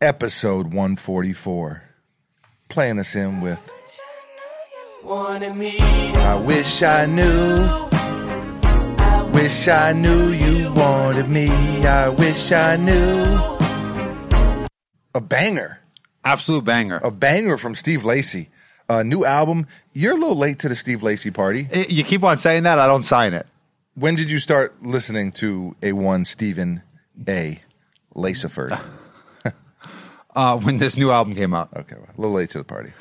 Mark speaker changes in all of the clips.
Speaker 1: episode 144. Playing us in with
Speaker 2: Wanted me,
Speaker 1: I wish I knew. Wish I knew you wanted me. I wish I knew. A banger.
Speaker 3: Absolute banger.
Speaker 1: A banger from Steve Lacey. A new album. You're a little late to the Steve Lacey party.
Speaker 3: I- You keep on saying that, I don't sign it.
Speaker 1: When did you start listening to a one Stephen A. Laciford?
Speaker 3: Uh, when this new album came out,
Speaker 1: Okay, well, a little late to the party.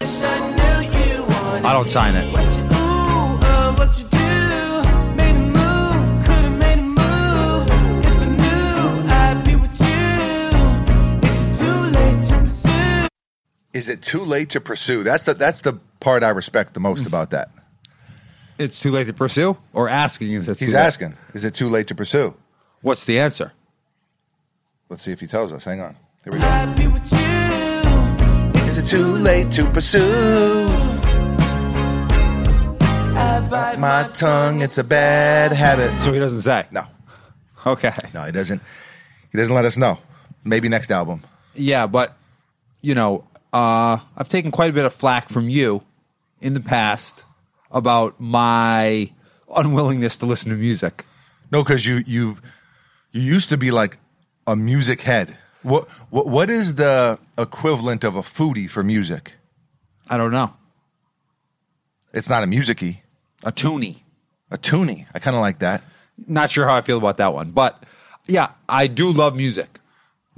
Speaker 2: wish I knew you wanted
Speaker 3: I don't sign it.
Speaker 2: What you ooh, uh, what you do? Made a move, could've made a move. If I knew, I'd be with you. It's too late to pursue.
Speaker 1: Is it too late to pursue? That's the that's the part I respect the most about that.
Speaker 3: It's too late to pursue, or asking is it?
Speaker 1: He's
Speaker 3: too late?
Speaker 1: asking, is it too late to pursue?
Speaker 3: What's the answer?
Speaker 1: Let's see if he tells us. Hang on. Here we go.
Speaker 2: I'd be with you.
Speaker 1: Is it too late to pursue?
Speaker 2: I bite
Speaker 1: My tongue, it's a bad habit.
Speaker 3: So he doesn't say.
Speaker 1: No,
Speaker 3: Okay.
Speaker 1: no, he doesn't. He doesn't let us know. Maybe next album.
Speaker 3: Yeah, but you know, uh, I've taken quite a bit of flack from you in the past about my unwillingness to listen to music.
Speaker 1: No, because you you you used to be like a music head. What what what is the equivalent of a foodie for music?
Speaker 3: I don't know.
Speaker 1: It's not a musicy,
Speaker 3: A toonie.
Speaker 1: a toonie. I kind of like that.
Speaker 3: Not sure how I feel about that one, but yeah, I do love music.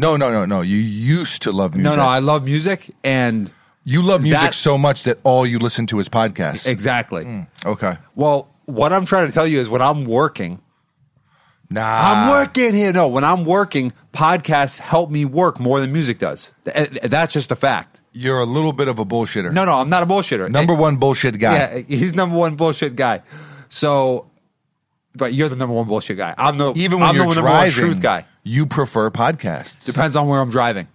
Speaker 1: No, no, no, no. You used to love music.
Speaker 3: No, no, I love music, and
Speaker 1: you love music
Speaker 3: that-
Speaker 1: so much that all you listen to is podcasts.
Speaker 3: exactly.
Speaker 1: okay.
Speaker 3: Well, what I'm trying to tell you is when I'm working, uh,
Speaker 1: Nah.
Speaker 3: I'm working here. No, when I'm working, podcasts help me work more than music does. Th- That's just a fact.
Speaker 1: You're a little bit of a bullshitter.
Speaker 3: No, no, I'm not a bullshitter. Eh,
Speaker 1: Number one bullshit guy.
Speaker 3: yeah, he's number one bullshit guy. So, but you're the number one bullshit guy. I'm the
Speaker 1: Even when
Speaker 3: I'm
Speaker 1: you're
Speaker 3: the number one
Speaker 1: driving,
Speaker 3: truth guy.
Speaker 1: you prefer podcasts.
Speaker 3: Depends on where I'm driving.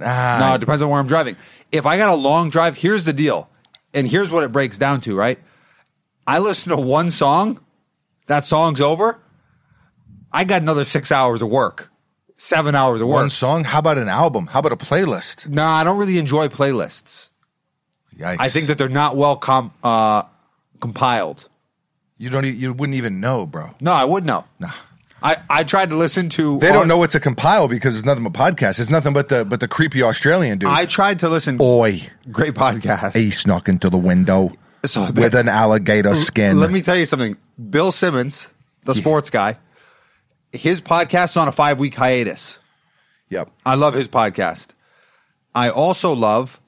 Speaker 1: Ah,
Speaker 3: No, it depends on where I'm driving. If I got a long drive, here's the deal. And here's what it breaks down to, right? I listen to one song, that song's over. I got another six hours of work, seven hours of work.
Speaker 1: one song. How about an album? How about a playlist?
Speaker 3: no, I don't really enjoy playlists.
Speaker 1: Yikes.
Speaker 3: I think that they're not well com- uh, compiled.
Speaker 1: you don't. e- You wouldn't even know, bro.
Speaker 3: No, I would know.
Speaker 1: Nah.
Speaker 3: I, I tried to listen to.
Speaker 1: They don't know what to compile because it's nothing but podcasts. It's nothing but the but the creepy Australian dude.
Speaker 3: I tried to listen.
Speaker 1: Boy,
Speaker 3: Great podcast.
Speaker 1: he snuck into the window
Speaker 3: So that-
Speaker 1: with an alligator skin.
Speaker 3: Let me tell you something. Bill Simmons, the sports guy, his podcast is on a five week hiatus.
Speaker 1: Yep.
Speaker 3: I love his podcast. I also love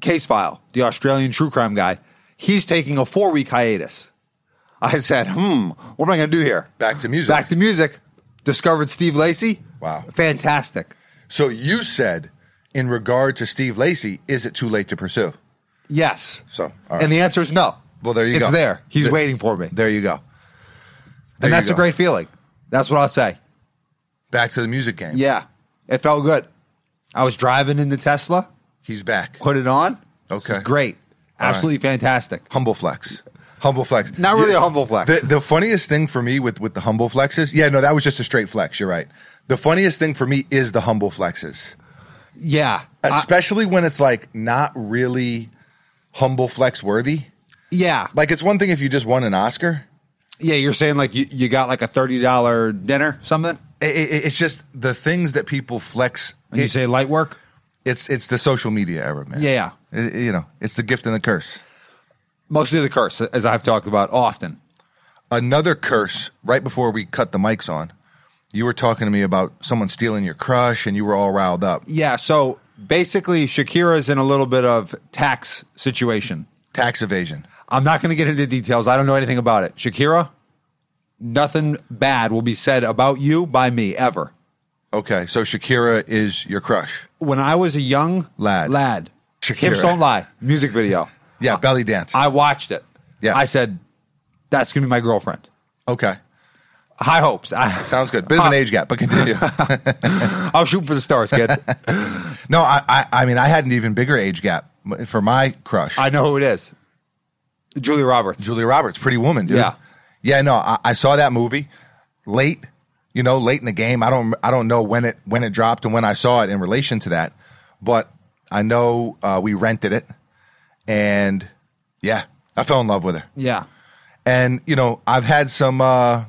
Speaker 3: Case File, the Australian true crime guy. He's taking a four week hiatus. I said, hmm, what am I going to do here?
Speaker 1: Back to music.
Speaker 3: Back to music. Discovered Steve Lacey.
Speaker 1: Wow.
Speaker 3: Fantastic.
Speaker 1: So you said, in regard to Steve Lacey, is it too late to pursue?
Speaker 3: Yes.
Speaker 1: So, all right.
Speaker 3: And the answer is no.
Speaker 1: Well, there you
Speaker 3: it's
Speaker 1: go.
Speaker 3: It's there. He's
Speaker 1: There-
Speaker 3: waiting for me.
Speaker 1: There you go. There
Speaker 3: and
Speaker 1: you
Speaker 3: that's a
Speaker 1: go.
Speaker 3: great feeling. That's what I'll say.
Speaker 1: Back to the music game.
Speaker 3: Yeah, it felt good. I was driving in the Tesla,
Speaker 1: He's back.
Speaker 3: put it on.
Speaker 1: Okay.
Speaker 3: It was great,
Speaker 1: All right.
Speaker 3: absolutely fantastic.
Speaker 1: humble flex. Humble flex.
Speaker 3: Not really a humble flex.
Speaker 1: The, the funniest thing for me with with the humble flexes, yeah, no, that was just a straight flex. You're right. The funniest thing for me is the humble flexes,
Speaker 3: Yeah, I-
Speaker 1: especially when it's like not really humble flex worthy.
Speaker 3: yeah,
Speaker 1: Like it's one thing if you just won an Oscar.
Speaker 3: yeah. You're saying like you, you got like a thirty dollar dinner something,
Speaker 1: I- I- it's just the things that people flex.
Speaker 3: and you
Speaker 1: It-
Speaker 3: say light work.
Speaker 1: it's it's the social media era, man.
Speaker 3: Yeah,
Speaker 1: I- I- you know, it's the gift and the curse.
Speaker 3: Mostly the curse, as I've talked about often.
Speaker 1: another curse right before we cut the mics on. You were talking to me about someone stealing your crush, and you were all riled up.
Speaker 3: Yeah. So basically, Shakira's in a little bit of tax situation.
Speaker 1: Tax evasion.
Speaker 3: I'm not going to get into details. I don't know anything about it. Shakira, nothing bad will be said about you by me ever.
Speaker 1: Okay, so Shakira is your crush.
Speaker 3: when I was a young
Speaker 1: Lad.
Speaker 3: lad,
Speaker 1: Shakira.
Speaker 3: hips don't lie. Music video.
Speaker 1: Yeah, belly dance.
Speaker 3: I watched it.
Speaker 1: Yeah.
Speaker 3: I said, that's gonna be my girlfriend.
Speaker 1: okay,
Speaker 3: High hopes. I,
Speaker 1: sounds good. Bit of an age gap, but continue.
Speaker 3: I'll shoot for the stars, kid.
Speaker 1: no, I, I, I mean, I had an even bigger age gap for my crush.
Speaker 3: I know who it is. Julia Roberts.
Speaker 1: Julia Roberts, Pretty Woman, dude.
Speaker 3: Yeah.
Speaker 1: Yeah, no, I, I saw that movie late. you know, late in the game. I don't I don't know when it when it dropped and when I saw it in relation to that, but I know uh, we rented it, and yeah, I fell in love with her.
Speaker 3: Yeah.
Speaker 1: And you know, I've had some. Uh,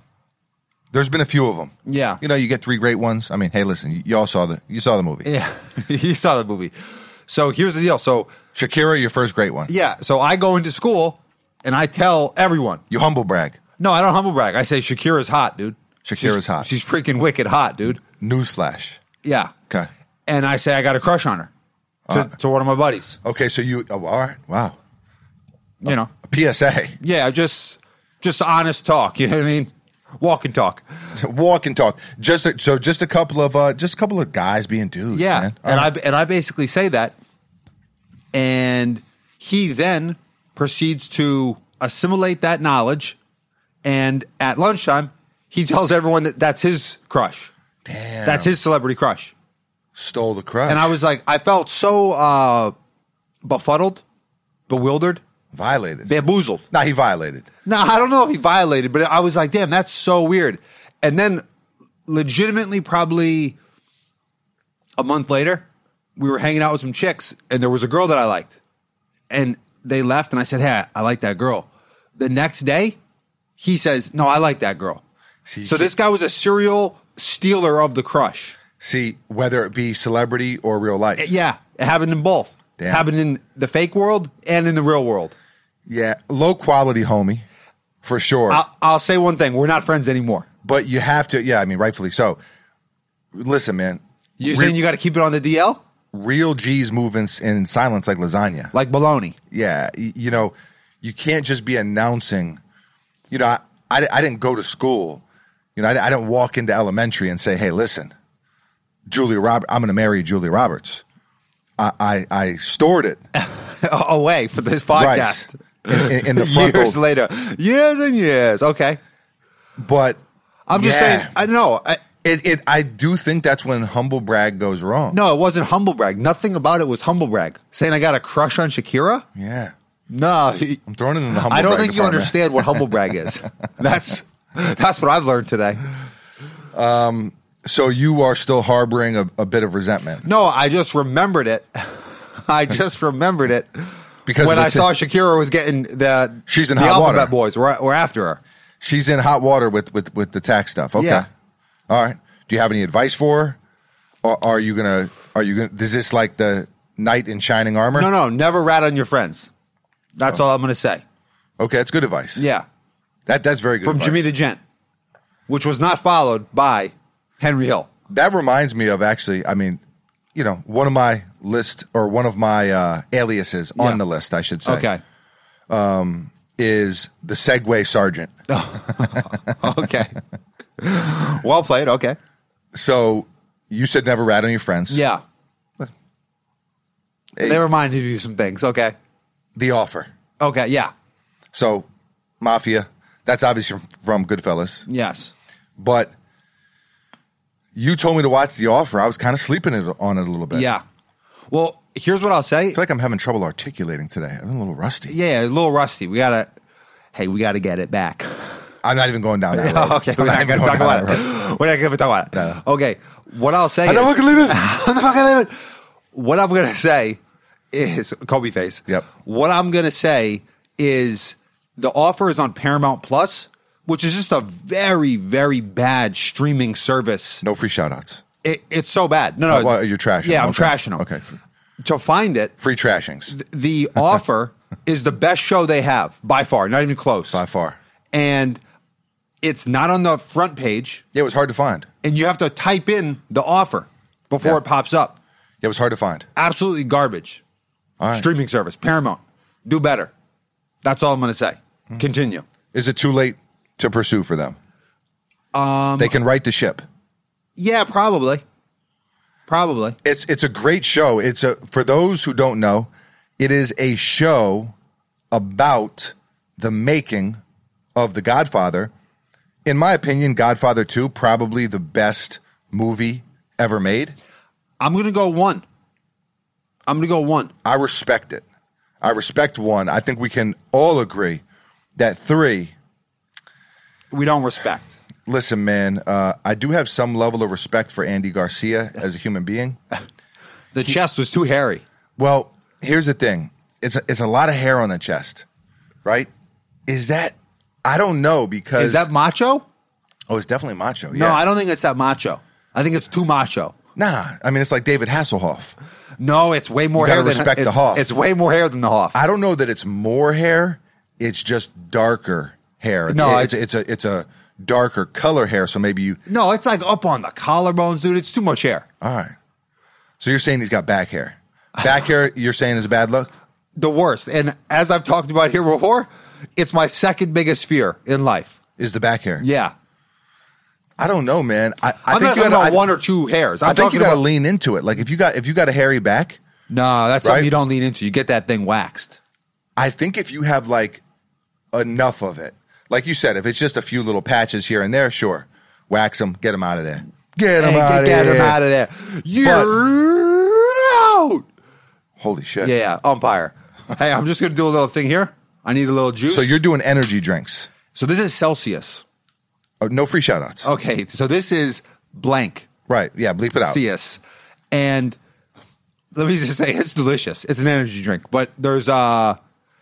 Speaker 1: there's been a few of them.
Speaker 3: Yeah.
Speaker 1: you know, you get three great ones. I mean, hey, listen, y- y'all saw the you saw the movie.
Speaker 3: Yeah. you saw the movie. So here's the deal. So
Speaker 1: Shakira, your first great one.
Speaker 3: yeah, so I go into school and I tell everyone.
Speaker 1: You humble brag.
Speaker 3: No, I don't humble brag. I say Shakira's hot, dude.
Speaker 1: Shakira's
Speaker 3: She's-
Speaker 1: hot.
Speaker 3: She's freaking wicked hot, dude.
Speaker 1: Newsflash.
Speaker 3: Yeah.
Speaker 1: Okay.
Speaker 3: And I say I got a crush on her to,
Speaker 1: Uh.
Speaker 3: to one of my buddies.
Speaker 1: Okay, so you oh, all right? Wow.
Speaker 3: You know.
Speaker 1: PSA.
Speaker 3: Yeah, just just honest talk. You know what I mean? Walk and talk.
Speaker 1: Walk and talk. Just a, so, just a couple of uh, just a couple of guys being dudes.
Speaker 3: Yeah,
Speaker 1: man. Oh, All
Speaker 3: and
Speaker 1: right.
Speaker 3: I and I basically say that, and he then proceeds to assimilate that knowledge, and at lunchtime he tells everyone that that's his crush,
Speaker 1: damn
Speaker 3: that's his celebrity crush,
Speaker 1: stole the crush.
Speaker 3: and I was like, I felt so uh, befuddled, bewildered,
Speaker 1: violated.
Speaker 3: bamboozled.
Speaker 1: Now he violated.
Speaker 3: Now I don't know if he violated, but I was like, damn, that's so weird. And then, legitimately, probably a month later, we were hanging out with some chicks, and there was a girl that I liked, and they left, and I said, hey, I like that girl. The next day, he says, no, I like that girl.
Speaker 1: See,
Speaker 3: So this guy was a serial stealer of the crush.
Speaker 1: see whether it be celebrity or real life.
Speaker 3: Yeah, it happened in both.
Speaker 1: Damn.
Speaker 3: Happened in the fake world and in the real world.
Speaker 1: Yeah, low quality, homie, for sure.
Speaker 3: I'll, I'll say one thing: we're not friends anymore.
Speaker 1: but you have to. Yeah, I mean, rightfully so. Listen, man.
Speaker 3: You
Speaker 1: Re-
Speaker 3: saying you got to keep it on the DL?
Speaker 1: real G's move in, in silence like lasagna.
Speaker 3: like baloney.
Speaker 1: yeah, y- you know, you can't just be announcing. You know, I, I, di- I didn't go to school. You know, I, di- I didn't walk into elementary and say, "Hey, listen, Julia Robert, I'm going to marry Julia Roberts." I, I, I stored it
Speaker 3: away for this
Speaker 1: right
Speaker 3: podcast.
Speaker 1: in, in- in the
Speaker 3: years
Speaker 1: frontal,
Speaker 3: later, years and years. Okay,
Speaker 1: but
Speaker 3: I'm just
Speaker 1: yeah,
Speaker 3: saying. I know. I,
Speaker 1: it, it. I do think that's when humble brag goes wrong.
Speaker 3: no, it wasn't humble brag. Nothing about it was humble brag. Saying I got a crush on Shakira.
Speaker 1: yeah,
Speaker 3: No, he-
Speaker 1: I'm throwing it in the humble.
Speaker 3: I don't
Speaker 1: brag
Speaker 3: think you
Speaker 1: department.
Speaker 3: understand what humble brag is. That's that's what I've learned today.
Speaker 1: So you are still harboring a, a bit of resentment
Speaker 3: No, I just remembered it. I just remembered it
Speaker 1: because
Speaker 3: when
Speaker 1: of
Speaker 3: I
Speaker 1: the ti-
Speaker 3: saw Shakira was getting the
Speaker 1: She's in
Speaker 3: the
Speaker 1: hot water.
Speaker 3: Alphabet Boys were, were after her.
Speaker 1: She's in hot water with with with the tax stuff. Okay.
Speaker 3: Yeah.
Speaker 1: All right. Do you have any advice for her? Or are you gonna? Are you gonna? Is this like the knight in shining armor?
Speaker 3: No, no, never rat on your friends. That's
Speaker 1: Oh.
Speaker 3: all I'm going to say.
Speaker 1: Okay, that's good advice.
Speaker 3: Yeah.
Speaker 1: That that's very good.
Speaker 3: from
Speaker 1: advice.
Speaker 3: Jimmy the Gent, which was not followed by Henry Hill.
Speaker 1: that reminds me of actually. I mean, you know, one of my list or one of my uh, aliases on
Speaker 3: Yeah.
Speaker 1: the list, I should say.
Speaker 3: Okay.
Speaker 1: Is the Segway Sergeant?
Speaker 3: Okay. well played. Okay.
Speaker 1: So you said never rat on your friends.
Speaker 3: Yeah. They reminded you of some things. Okay.
Speaker 1: The offer.
Speaker 3: Okay. Yeah.
Speaker 1: So mafia. That's obviously from, from Goodfellas.
Speaker 3: Yes.
Speaker 1: but you told me to watch The Offer. I was kind of sleeping it, on it a little bit.
Speaker 3: Yeah. Well, here's what I'll say.
Speaker 1: I feel like I'm having trouble articulating today. I'm a little rusty.
Speaker 3: Yeah, a little rusty. We gotta. Hey, we gotta get it back.
Speaker 1: I'm not even going down that road.
Speaker 3: Oh, okay, we're
Speaker 1: I'm
Speaker 3: not gonna
Speaker 1: going
Speaker 3: talk
Speaker 1: down
Speaker 3: about it.
Speaker 1: that road.
Speaker 3: We're not gonna talk about it. Okay. What I'll say.
Speaker 1: I
Speaker 3: is-
Speaker 1: don't fucking leave it.
Speaker 3: I'm not gonna leave it. What I'm gonna say is Kobe face.
Speaker 1: Yep.
Speaker 3: What I'm gonna say is the offer is on Paramount Plus, which is just a very, very bad streaming service.
Speaker 1: No free shout outs.
Speaker 3: It, it's so bad. No, no,
Speaker 1: Oh, well, you're trashing
Speaker 3: Yeah,
Speaker 1: them.
Speaker 3: I'm
Speaker 1: Okay.
Speaker 3: trashing them.
Speaker 1: Okay.
Speaker 3: To find it,
Speaker 1: Free trashings
Speaker 3: the offer is the best show they have by far, not even close.
Speaker 1: by far.
Speaker 3: And it's not on the front page,
Speaker 1: Yeah, it was hard to find.
Speaker 3: and you have to type in the offer before
Speaker 1: Yeah.
Speaker 3: it pops up.
Speaker 1: Yeah, it was hard to find.
Speaker 3: absolutely garbage.
Speaker 1: All right.
Speaker 3: Streaming service, Paramount, do better. That's all I'm going to say. Continue.
Speaker 1: Is it too late to pursue for them? Um, they can right the ship.
Speaker 3: Yeah, probably. Probably.
Speaker 1: It's it's a great show. It's a for those who don't know, it is a show about the making of The Godfather. In my opinion, Godfather 2 probably the best movie ever made.
Speaker 3: I'm going to go one. I'm going to go one.
Speaker 1: I respect it. I respect 1. I think we can all agree that 3
Speaker 3: We don't respect.
Speaker 1: Listen, man, uh, I do have some level of respect for Andy Garcia as a human being.
Speaker 3: The chest was too hairy.
Speaker 1: Well, here's the thing. It's a, it's a lot of hair on the chest, right? Is that I don't know because
Speaker 3: Is that macho?
Speaker 1: oh, it's definitely macho.
Speaker 3: No,
Speaker 1: yeah.
Speaker 3: I don't think it's that macho. I think it's too macho.
Speaker 1: Nah, I mean it's like David Hasselhoff.
Speaker 3: No, it's way more
Speaker 1: You
Speaker 3: hair
Speaker 1: gotta
Speaker 3: than
Speaker 1: respect the
Speaker 3: it's-
Speaker 1: Hoff.
Speaker 3: It's way more hair than the Hoff.
Speaker 1: I don't know that it's more hair. It's just darker hair. It's,
Speaker 3: No,
Speaker 1: it's, it's a it's a darker color hair. So maybe you
Speaker 3: no, it's like up on the collarbones, dude. It's too much hair.
Speaker 1: all right. So you're saying he's got back hair. Back hair. You're saying is a bad look.
Speaker 3: The worst. And as I've talked about here before, it's my second biggest fear in life.
Speaker 1: Is the back hair?
Speaker 3: Yeah.
Speaker 1: I don't know, man. I, I
Speaker 3: I'm
Speaker 1: think
Speaker 3: not
Speaker 1: you
Speaker 3: talking
Speaker 1: gotta,
Speaker 3: about
Speaker 1: I-
Speaker 3: one or two hairs. I'm
Speaker 1: I think you got
Speaker 3: talking
Speaker 1: to
Speaker 3: about-
Speaker 1: lean into it. Like if you got if you got a hairy back,
Speaker 3: No, that's
Speaker 1: Right?
Speaker 3: something you don't lean into. You get that thing waxed.
Speaker 1: I think if you have like enough of it, like you said, if it's just a few little patches here and there, sure, wax them, get them out of there, get them
Speaker 3: Hey,
Speaker 1: out of
Speaker 3: get
Speaker 1: there,
Speaker 3: him out of there. You're out.
Speaker 1: Holy shit!
Speaker 3: Yeah, yeah, umpire. hey, I'm just gonna do a little thing here. I need a little juice.
Speaker 1: So you're doing energy drinks.
Speaker 3: so this is Celsius.
Speaker 1: Oh, no free shout outs.
Speaker 3: Okay, so this is blank
Speaker 1: Right. Yeah, bleep it out.
Speaker 3: CS. And let me just say it's delicious. It's an energy drink, but there's uh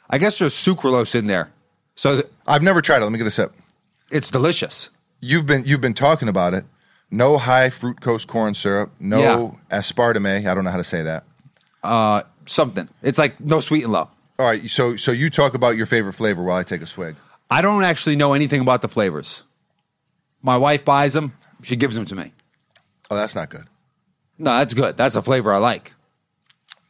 Speaker 3: I guess there's sucralose in there. So th-
Speaker 1: I've never tried it. Let me get a sip.
Speaker 3: it's delicious.
Speaker 1: You've been you've been talking about it. No high fructose corn syrup, no aspartame. I don't know how to say that.
Speaker 3: Uh, Something. It's like no sweet and low.
Speaker 1: All right, so so you talk about your favorite flavor while I take a swig.
Speaker 3: I don't actually know anything about the flavors. My wife buys them, she gives them to me.
Speaker 1: Oh, that's not good.
Speaker 3: No, that's good. That's a flavor I like.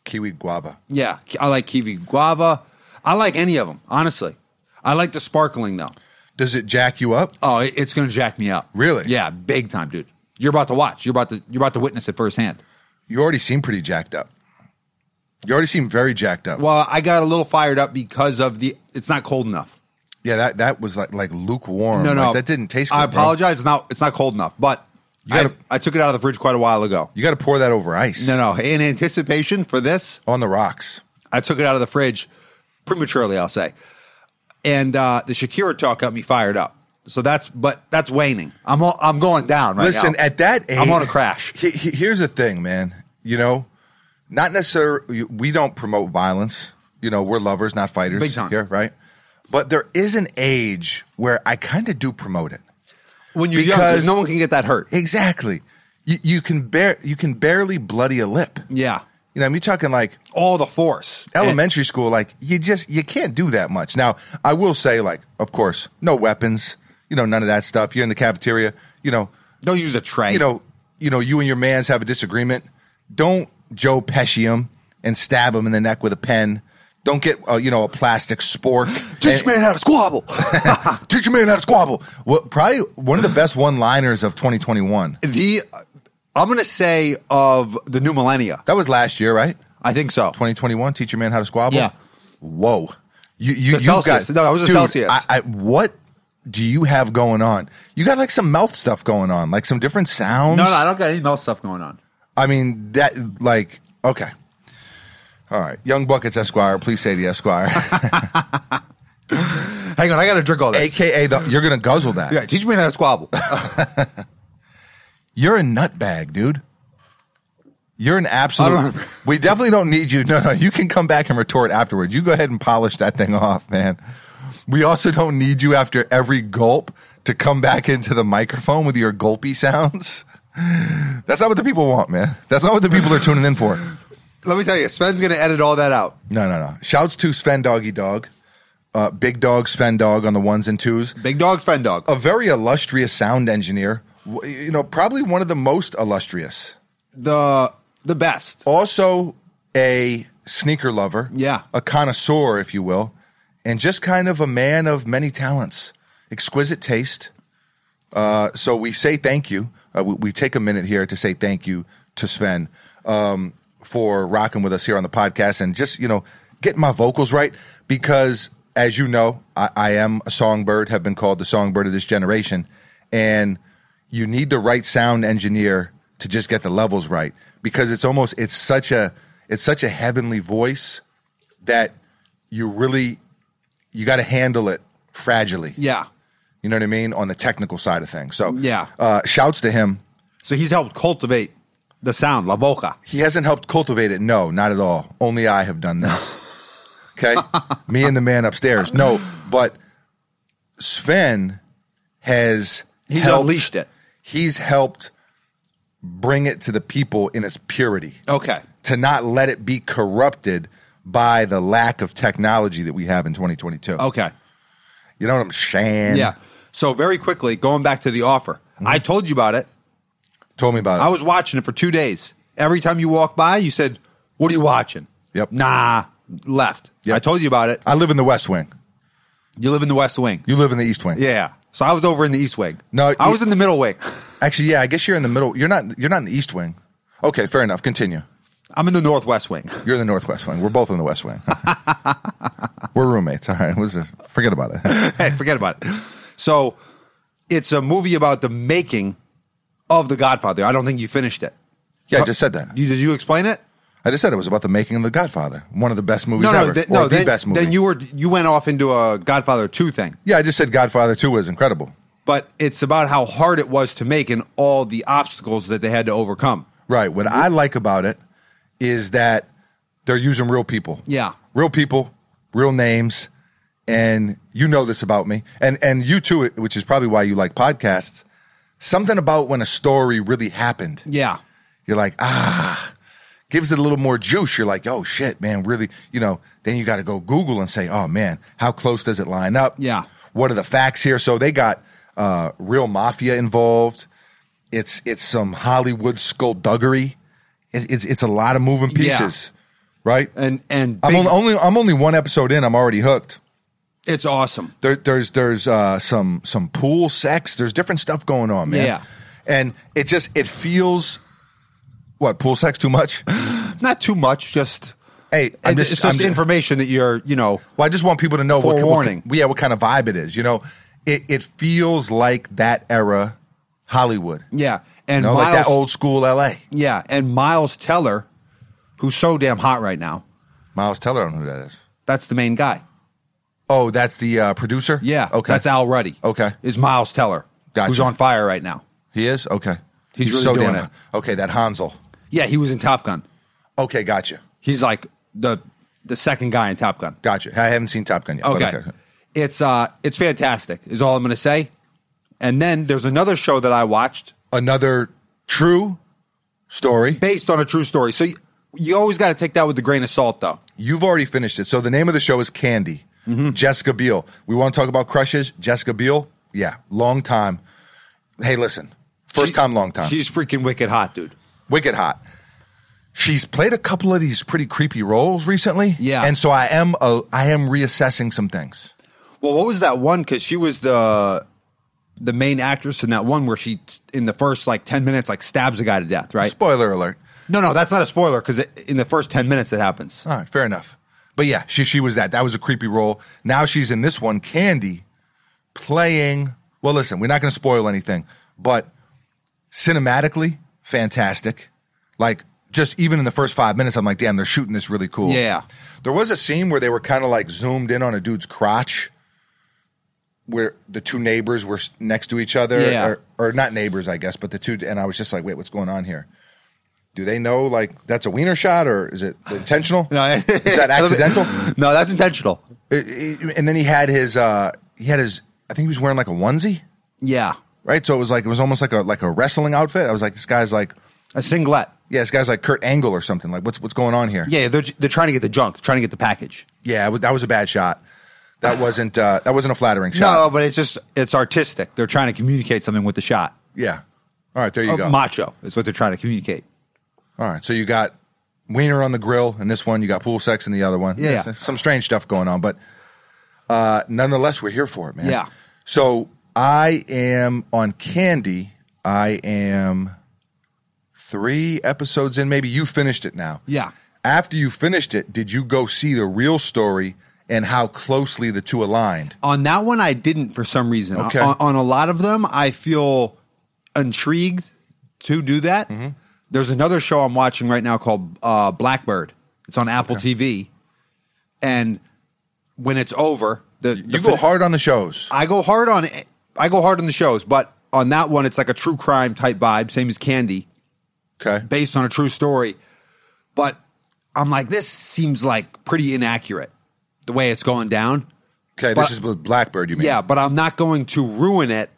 Speaker 1: Kiwi guava.
Speaker 3: Yeah, I like kiwi guava. I like any of them, honestly. I like the sparkling though.
Speaker 1: Does it jack you up?
Speaker 3: Oh, it- it's going to jack me up.
Speaker 1: Really?
Speaker 3: Yeah, big time, dude. You're about to watch. You're about to you're about to witness it firsthand.
Speaker 1: You already seem pretty jacked up. You already seem very jacked up.
Speaker 3: Well, I got a little fired up because of the it's not cold enough.
Speaker 1: yeah, that that was like like lukewarm.
Speaker 3: No,
Speaker 1: Like,
Speaker 3: no.
Speaker 1: that didn't taste. good,
Speaker 3: I
Speaker 1: bro.
Speaker 3: apologize. It's not it's not cold enough, but
Speaker 1: You gotta-
Speaker 3: I, I took it out of the fridge quite a while ago.
Speaker 1: You got to pour that over ice.
Speaker 3: No, no. In anticipation for this,
Speaker 1: on the rocks.
Speaker 3: I took it out of the fridge prematurely, I'll say. And uh, the Shakira talk got me fired up. So that's but that's waning. I'm all, I'm going down right
Speaker 1: Listen,
Speaker 3: now.
Speaker 1: at that age,
Speaker 3: I'm on a crash.
Speaker 1: He, he- here's the thing, man. You know, not necessarily. We don't promote violence. You know, we're lovers, not fighters.
Speaker 3: Big time.
Speaker 1: here, right? But there is an age where I kind of do promote it.
Speaker 3: When you're
Speaker 1: because-
Speaker 3: young, no one can get that hurt.
Speaker 1: Exactly. You, you can bear. You can barely bloody a lip.
Speaker 3: Yeah.
Speaker 1: You know, I'm talking like
Speaker 3: all the force.
Speaker 1: elementary school, like you just you can't do that much. Now, I will say, like, of course, no weapons, you know, none of that stuff. You're in the cafeteria, you know,
Speaker 3: And don't use a tray.
Speaker 1: you know, you know, you and your man's have a disagreement. Don't Joe Pesci him and stab him in the neck with a pen. Don't get uh, you know a plastic spork.
Speaker 3: teach
Speaker 1: And-
Speaker 3: man how to squabble.
Speaker 1: teach your man how to squabble. Well, probably one of the best one-liners of 2021.
Speaker 3: the I'm gonna say of the new millennia.
Speaker 1: That was last year, right?
Speaker 3: I think so.
Speaker 1: 2021. Teach your man how to squabble.
Speaker 3: Yeah.
Speaker 1: Whoa. You you you
Speaker 3: The Celsius.
Speaker 1: got
Speaker 3: No, that was a
Speaker 1: dude,
Speaker 3: Celsius.
Speaker 1: I, I, what do you have going on? You got like some mouth stuff going on, like some different sounds.
Speaker 3: No, no, I don't got any mouth stuff going on.
Speaker 1: I mean that like okay. All right, Young Buckets Esquire, please say the Esquire,
Speaker 3: Hang on, I gotta drink all this.
Speaker 1: aka the you're gonna guzzle that.
Speaker 3: yeah, teach me how to squabble.
Speaker 1: You're a nutbag, dude. You're an
Speaker 3: I
Speaker 1: absolute.
Speaker 3: don't-
Speaker 1: we definitely don't need you. No, no, you can come back and retort afterwards. You go ahead and polish that thing off, man. We also don't need you after every gulp to come back into the microphone with your gulpy sounds. That's not what the people want, man. That's not what the people are tuning in for.
Speaker 3: Let me tell you, Sven's gonna edit all that out.
Speaker 1: No, no, no. Shouts to Sven Doggy Dog, uh, Big Dog Sven Dog on the ones and twos.
Speaker 3: Big dog, Sven dog.
Speaker 1: A very illustrious sound engineer. W- You know, probably one of the most illustrious.
Speaker 3: The the best.
Speaker 1: also a sneaker lover,
Speaker 3: Yeah.
Speaker 1: a connoisseur, if you will, and just kind of a man of many talents, exquisite taste. Uh, so we say thank you. Uh, we, we take a minute here to say thank you to Sven um, for rocking with us here on the podcast and just you know getting my vocals right because as you know I, I am a songbird, have been called the songbird of this generation, and you need the right sound engineer to just get the levels right because it's almost it's such a it's such a heavenly voice that you really you got to handle it fragilely
Speaker 3: Yeah.
Speaker 1: You know what I mean on the technical side of things. So
Speaker 3: Yeah.
Speaker 1: uh, shouts to him.
Speaker 3: So he's helped cultivate the sound, La Boca.
Speaker 1: He hasn't helped cultivate it. No, not at all. Only I have done this. Okay? Me and the man upstairs. No, but Sven has
Speaker 3: He's
Speaker 1: helped-
Speaker 3: unleashed it.
Speaker 1: He's helped bring it to the people in its purity.
Speaker 3: Okay.
Speaker 1: To not let it be corrupted by the lack of technology that we have in 2022.
Speaker 3: Okay.
Speaker 1: You know what I'm saying?
Speaker 3: yeah. So very quickly, going back to the offer. I told you about it.
Speaker 1: Told me about it.
Speaker 3: I was watching it for two days. Every time you walked by, you said, What are you watching?
Speaker 1: Yep.
Speaker 3: Nah, left.
Speaker 1: Yep.
Speaker 3: I told you about it.
Speaker 1: I live in the West Wing.
Speaker 3: You live in the West Wing.
Speaker 1: You live in the East Wing.
Speaker 3: Yeah. So I was over in the East Wing.
Speaker 1: No,
Speaker 3: I
Speaker 1: you-
Speaker 3: was in the Middle Wing.
Speaker 1: Actually, yeah, I guess you're in the middle. You're not you're not in the East Wing. Okay, fair enough. Continue.
Speaker 3: I'm in the Northwest Wing.
Speaker 1: You're in the Northwest Wing. We're both in the West Wing. We're roommates. All right. What's this? Forget about it.
Speaker 3: hey, forget about it. So it's a movie about the making of The Godfather. I don't think you finished it.
Speaker 1: Yeah, I just said that.
Speaker 3: You, did you explain it?
Speaker 1: I just said it was about the making of The Godfather, one of the best movies ever.
Speaker 3: th-
Speaker 1: or the
Speaker 3: then,
Speaker 1: best movie.
Speaker 3: Then you were you went off into a Godfather two thing,
Speaker 1: yeah, I just said Godfather 2 was incredible.
Speaker 3: but it's about how hard it was to make and all the obstacles that they had to overcome.
Speaker 1: Right. What I like about it is that they're using real people.
Speaker 3: Yeah.
Speaker 1: Real people, real names, and you know this about me. And and you too, which is probably why you like podcasts. Something about when a story really happened.
Speaker 3: Yeah,
Speaker 1: You're like, ah, gives it a little more juice. You're like, oh shit, man, really, you know, then you got to go Google and say, oh man, how close does it line up?
Speaker 3: Yeah.
Speaker 1: What are the facts here? So they got uh, real mafia involved. It's it's some Hollywood skullduggery. It, it's it's a lot of moving
Speaker 3: Yeah.
Speaker 1: pieces, right?
Speaker 3: and and
Speaker 1: I'm
Speaker 3: big-
Speaker 1: only, only I'm only one episode in. I'm already hooked.
Speaker 3: it's awesome.
Speaker 1: There, there's there's uh, some some pool sex. There's different stuff going on, man.
Speaker 3: Yeah.
Speaker 1: And it just it feels what pool sex too much.
Speaker 3: Not too much, just
Speaker 1: Hey, I'm just,
Speaker 3: it's just
Speaker 1: I'm-
Speaker 3: information that you're you know
Speaker 1: Well, I just want people to know what,
Speaker 3: Forewarning.
Speaker 1: what, yeah, what kind of vibe it is. You know, it it feels like that era Hollywood. You
Speaker 3: yeah and
Speaker 1: know,
Speaker 3: Miles,
Speaker 1: like that old school LA.
Speaker 3: yeah and Miles Teller, who's so damn hot right now.
Speaker 1: Miles Teller, I don't know who that is.
Speaker 3: That's the main guy.
Speaker 1: Oh, that's the uh, producer.
Speaker 3: Yeah,
Speaker 1: Okay.
Speaker 3: That's Al Ruddy.
Speaker 1: Okay.
Speaker 3: is Miles Teller,
Speaker 1: Gotcha.
Speaker 3: who's on fire right now.
Speaker 1: He is okay.
Speaker 3: He's really doing it.
Speaker 1: Okay, that Hansel.
Speaker 3: Yeah, he was in Top Gun.
Speaker 1: Okay, gotcha,
Speaker 3: He's like the the second guy in Top Gun.
Speaker 1: gotcha. I haven't seen Top Gun yet. but
Speaker 3: Okay. It's uh it's fantastic is all I'm gonna say. And then there's another show that I watched
Speaker 1: Another true story.
Speaker 3: based on a true story. So you, you always gotta take that with a grain of salt though.
Speaker 1: You've already finished it. So the name of the show is Candy.
Speaker 3: Mm-hmm.
Speaker 1: Jessica Biel. We want to talk about crushes. Jessica Biel. Yeah, long time. Hey, listen. First
Speaker 3: She-
Speaker 1: time, long time.
Speaker 3: She's freaking wicked hot, dude.
Speaker 1: wicked hot. She's played a couple of these pretty creepy roles recently.
Speaker 3: Yeah.
Speaker 1: and so I am uh, I am reassessing some things.
Speaker 3: Well, what was that one? Cause she was the the main actress in that one where she in the first like ten minutes like stabs a guy to death, right?
Speaker 1: Spoiler alert.
Speaker 3: No, no, that's not a spoiler because in the first ten minutes it happens.
Speaker 1: All right, fair enough. But yeah, she she was that. That was a creepy role. Now she's in this one, Candy, playing. Well, listen, we're not going to spoil anything, but cinematically fantastic. Like just even in the first five minutes, I'm like, damn, they're shooting this really cool.
Speaker 3: Yeah.
Speaker 1: There was a scene where they were kind of like zoomed in on a dude's crotch, where the two neighbors were s- next to each other,
Speaker 3: Yeah.
Speaker 1: or, or not neighbors, I guess, but the two. And I was just like, wait, what's going on here? Do they know like that's a wiener shot or is it intentional?
Speaker 3: No,
Speaker 1: is that accidental?
Speaker 3: no, that's intentional.
Speaker 1: It- it- and then he had his uh he had his I think he was wearing like a onesie,
Speaker 3: Yeah,
Speaker 1: right? So it was like it was almost like a like a wrestling outfit. I was like, this guy's like
Speaker 3: a singlet.
Speaker 1: yeah, this guy's like Kurt Angle or something. Like what's what's going on here?
Speaker 3: Yeah, they're they're trying to get the junk, trying to get the package.
Speaker 1: yeah, it was- that was a bad shot. That wasn't uh that wasn't a flattering
Speaker 3: No,
Speaker 1: shot.
Speaker 3: but it's just it's artistic. They're trying to communicate something with the shot.
Speaker 1: Yeah. All right, there you
Speaker 3: Uh,
Speaker 1: go.
Speaker 3: Macho is what they're trying to communicate.
Speaker 1: All right, so you got wiener on the grill in this one. You got pool sex in the other one.
Speaker 3: Yeah.
Speaker 1: There's some strange stuff going on, but uh, nonetheless, we're here for it, man.
Speaker 3: Yeah.
Speaker 1: So I am on Candy. I am three episodes in. Maybe you finished it now.
Speaker 3: Yeah.
Speaker 1: After you finished it, did you go see the real story and how closely the two aligned?
Speaker 3: On that one, I didn't for some reason.
Speaker 1: Okay.
Speaker 3: On, on a lot of them, I feel intrigued to do that.
Speaker 1: Mm-hmm.
Speaker 3: There's another show I'm watching right now called uh, Blackbird. It's on Apple TV, and when it's over, the
Speaker 1: You go hard on the shows.
Speaker 3: I go hard on it I go hard on the shows, but on that one, it's like a true crime type vibe, same as Candy,
Speaker 1: Okay.
Speaker 3: based on a true story. But I'm like, this seems like pretty inaccurate the way it's going down.
Speaker 1: Okay.
Speaker 3: But-
Speaker 1: this is with Blackbird, you mean?
Speaker 3: Yeah, but I'm not going to ruin it.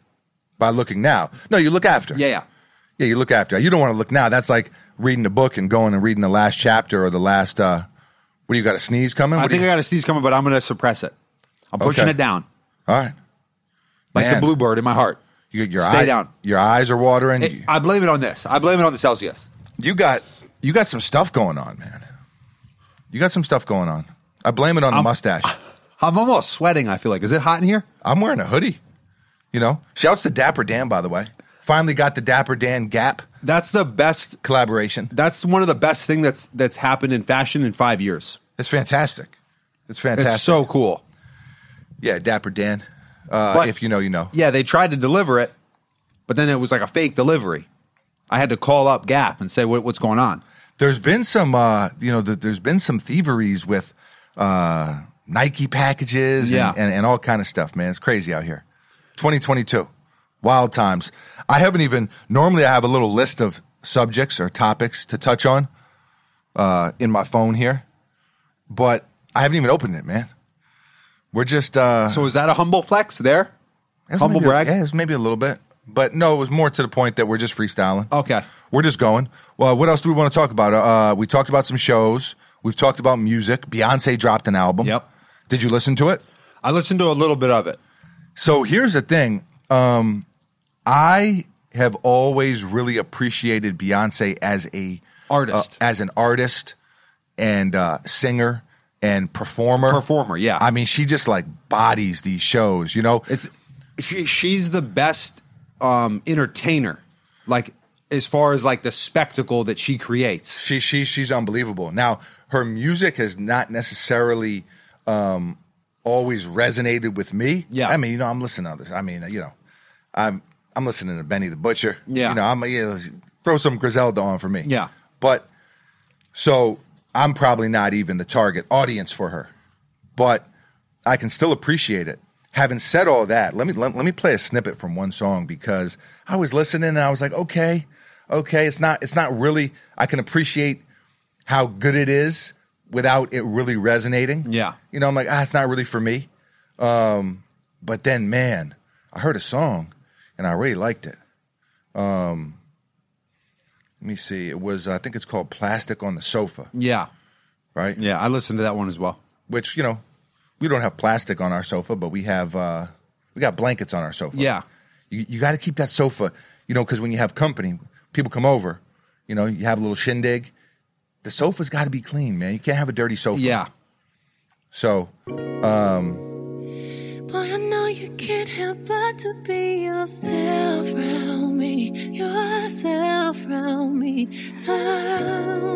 Speaker 1: By looking now. No, you look after.
Speaker 3: Yeah, yeah.
Speaker 1: Yeah, you look after. You don't want to look now. That's like reading a book and going and reading the last chapter or the last. uh What do you got? A sneeze coming?
Speaker 3: I
Speaker 1: What do
Speaker 3: think I
Speaker 1: you,
Speaker 3: got a sneeze coming, but I'm going to suppress it. I'm pushing
Speaker 1: Okay.
Speaker 3: it down
Speaker 1: All right.
Speaker 3: like
Speaker 1: Man.
Speaker 3: the bluebird in my heart.
Speaker 1: You, your
Speaker 3: Stay
Speaker 1: eye-
Speaker 3: down.
Speaker 1: Your eyes are watering.
Speaker 3: It- I blame it on this. I blame it on the Celsius.
Speaker 1: you got you got some stuff going on, man. You got some stuff going on. I blame it on the mustache.
Speaker 3: I'm almost sweating. I feel like. Is it hot in here?
Speaker 1: I'm wearing a hoodie. You know. Shouts to Dapper Dan, by the way. Finally got the Dapper Dan Gap
Speaker 3: That's the best.
Speaker 1: collaboration.
Speaker 3: That's one of the best thing that's that's happened in fashion in five years.
Speaker 1: It's fantastic. It's fantastic.
Speaker 3: It's so cool.
Speaker 1: yeah, Dapper Dan. Uh,
Speaker 3: But-
Speaker 1: if you know, you know.
Speaker 3: Yeah, they tried to deliver it, but then it was like a fake delivery. I had to call up Gap and say what, what's going on.
Speaker 1: There's been some, uh, you know, th- there's been some thieveries with uh, Nike packages
Speaker 3: Yeah.
Speaker 1: and, and, and all kind of stuff, man. It's crazy out here. 2022, wild times. I haven't even, normally I have a little list of subjects or topics to touch on uh, in my phone here, but I haven't even opened it, man. We're just, uh,
Speaker 3: So is that a humble flex there?
Speaker 1: it was
Speaker 3: humble
Speaker 1: maybe a-
Speaker 3: brag?
Speaker 1: yeah, it was maybe a little bit. But no, it was more to the point that we're just freestyling.
Speaker 3: Okay.
Speaker 1: We're just going. Well, what else do we want to talk about? Uh, we talked about some shows. We've talked about music. Beyonce dropped an album.
Speaker 3: Yep.
Speaker 1: Did you listen to it?
Speaker 3: I listened to a little bit of it.
Speaker 1: So here's the thing. Um, I have always really appreciated Beyonce as a
Speaker 3: Artist.
Speaker 1: uh, as an artist and uh, singer and performer.
Speaker 3: Performer, yeah.
Speaker 1: I mean, she just like bodies these shows. You know,
Speaker 3: It's she, she's the best um, entertainer, like as far as like the spectacle that she creates.
Speaker 1: she she she's unbelievable. Now her music has not necessarily um, always resonated with me.
Speaker 3: Yeah.
Speaker 1: I mean, you know, I'm listening to this. I mean, you know, I'm I'm listening to Benny the Butcher.
Speaker 3: Yeah.
Speaker 1: you know, I'm yeah, throw some Griselda on for me.
Speaker 3: Yeah.
Speaker 1: but so I'm probably not even the target audience for her, but I can still appreciate it. Having said all that, let me let, let me play a snippet from one song because I was listening and I was like, okay, okay, it's not it's not really. I can appreciate how good it is without it really resonating.
Speaker 3: Yeah.
Speaker 1: you know, I'm like, ah, it's not really for me. Um, but then, man, I heard a song and I really liked it. Um, let me see. It was I think it's called "Plastic on the Sofa,"
Speaker 3: Yeah,
Speaker 1: right?
Speaker 3: yeah, I listened to that one as well.
Speaker 1: which you know we don't have plastic on our sofa, but we have uh, we got blankets on our sofa.
Speaker 3: Yeah.
Speaker 1: you, you got to keep that sofa, you know, because when you have company, people come over, you know, you have a little shindig. The sofa's got to be clean, man. You can't have a dirty sofa.
Speaker 3: Yeah,
Speaker 1: So
Speaker 4: Boy, I know you can't help but to be yourself around me, yourself around me now.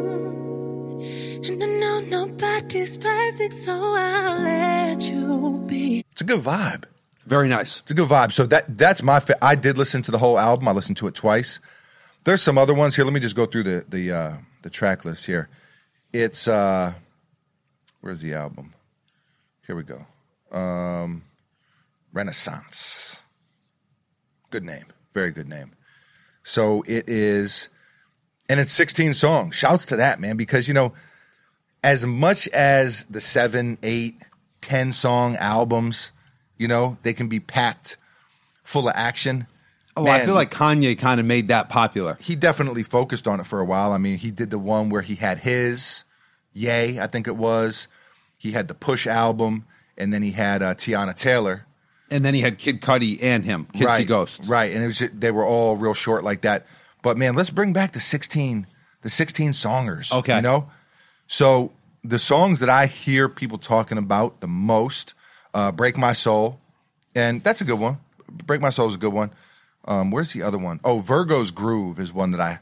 Speaker 4: And I know nobody's perfect, so I'll let you be.
Speaker 1: it's a good vibe.
Speaker 3: very nice.
Speaker 1: It's a good vibe. So that that's my. Fa- I did listen to the whole album. I listened to it twice. There's some other ones here. Let me just go through the the uh, the track list here. It's uh, where's the album? Here we go. Um, Renaissance. Good name. Very good name. So it is, and it's 16 songs. Shouts to that man because you know, as much as the seven, eight, ten song albums, you know, they can be packed full of action.
Speaker 3: Oh, I
Speaker 1: Man,
Speaker 3: feel like Kanye kind of made that popular.
Speaker 1: he definitely focused on it for a while. I mean, he did the one where he had his Yay, I think it was. He had the Push album, and then he had uh, Tiana Tayller.
Speaker 3: And then he had Kid Cudi and him, Kid
Speaker 1: right,
Speaker 3: See Ghost.
Speaker 1: Right, and it was ju- they were all real short like that. But man, let's bring back the sixteen, the sixteen songers.
Speaker 3: Okay.
Speaker 1: you know. So the songs that I hear people talking about the most, uh, "Break My Soul," and that's a good one. "Break My Soul" is a good one. Um, where's the other one? Oh, Virgo's Groove is one that I,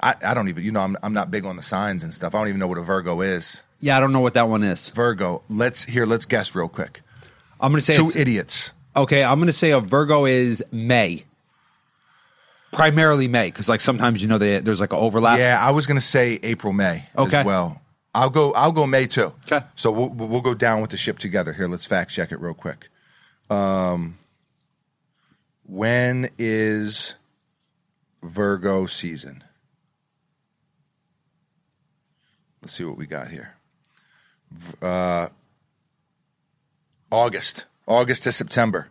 Speaker 1: I, I don't even. You know, I'm I'm not big on the signs and stuff. I don't even know what a Virgo is.
Speaker 3: Yeah, I don't know what that one is.
Speaker 1: Virgo. Let's here. Let's guess real quick.
Speaker 3: I'm gonna say
Speaker 1: Two
Speaker 3: it's-
Speaker 1: idiots.
Speaker 3: okay. I'm gonna say a Virgo is May, primarily May, because like sometimes you know they, there's like an overlap.
Speaker 1: Yeah, I was gonna say April May.
Speaker 3: Okay.
Speaker 1: As well, I'll go. I'll go May too.
Speaker 3: Okay.
Speaker 1: So we'll we'll we'll go down with the ship together. Here, let's fact check it real quick. Um, When is Virgo season? Let's see what we got here. V- Uh, August, August to September.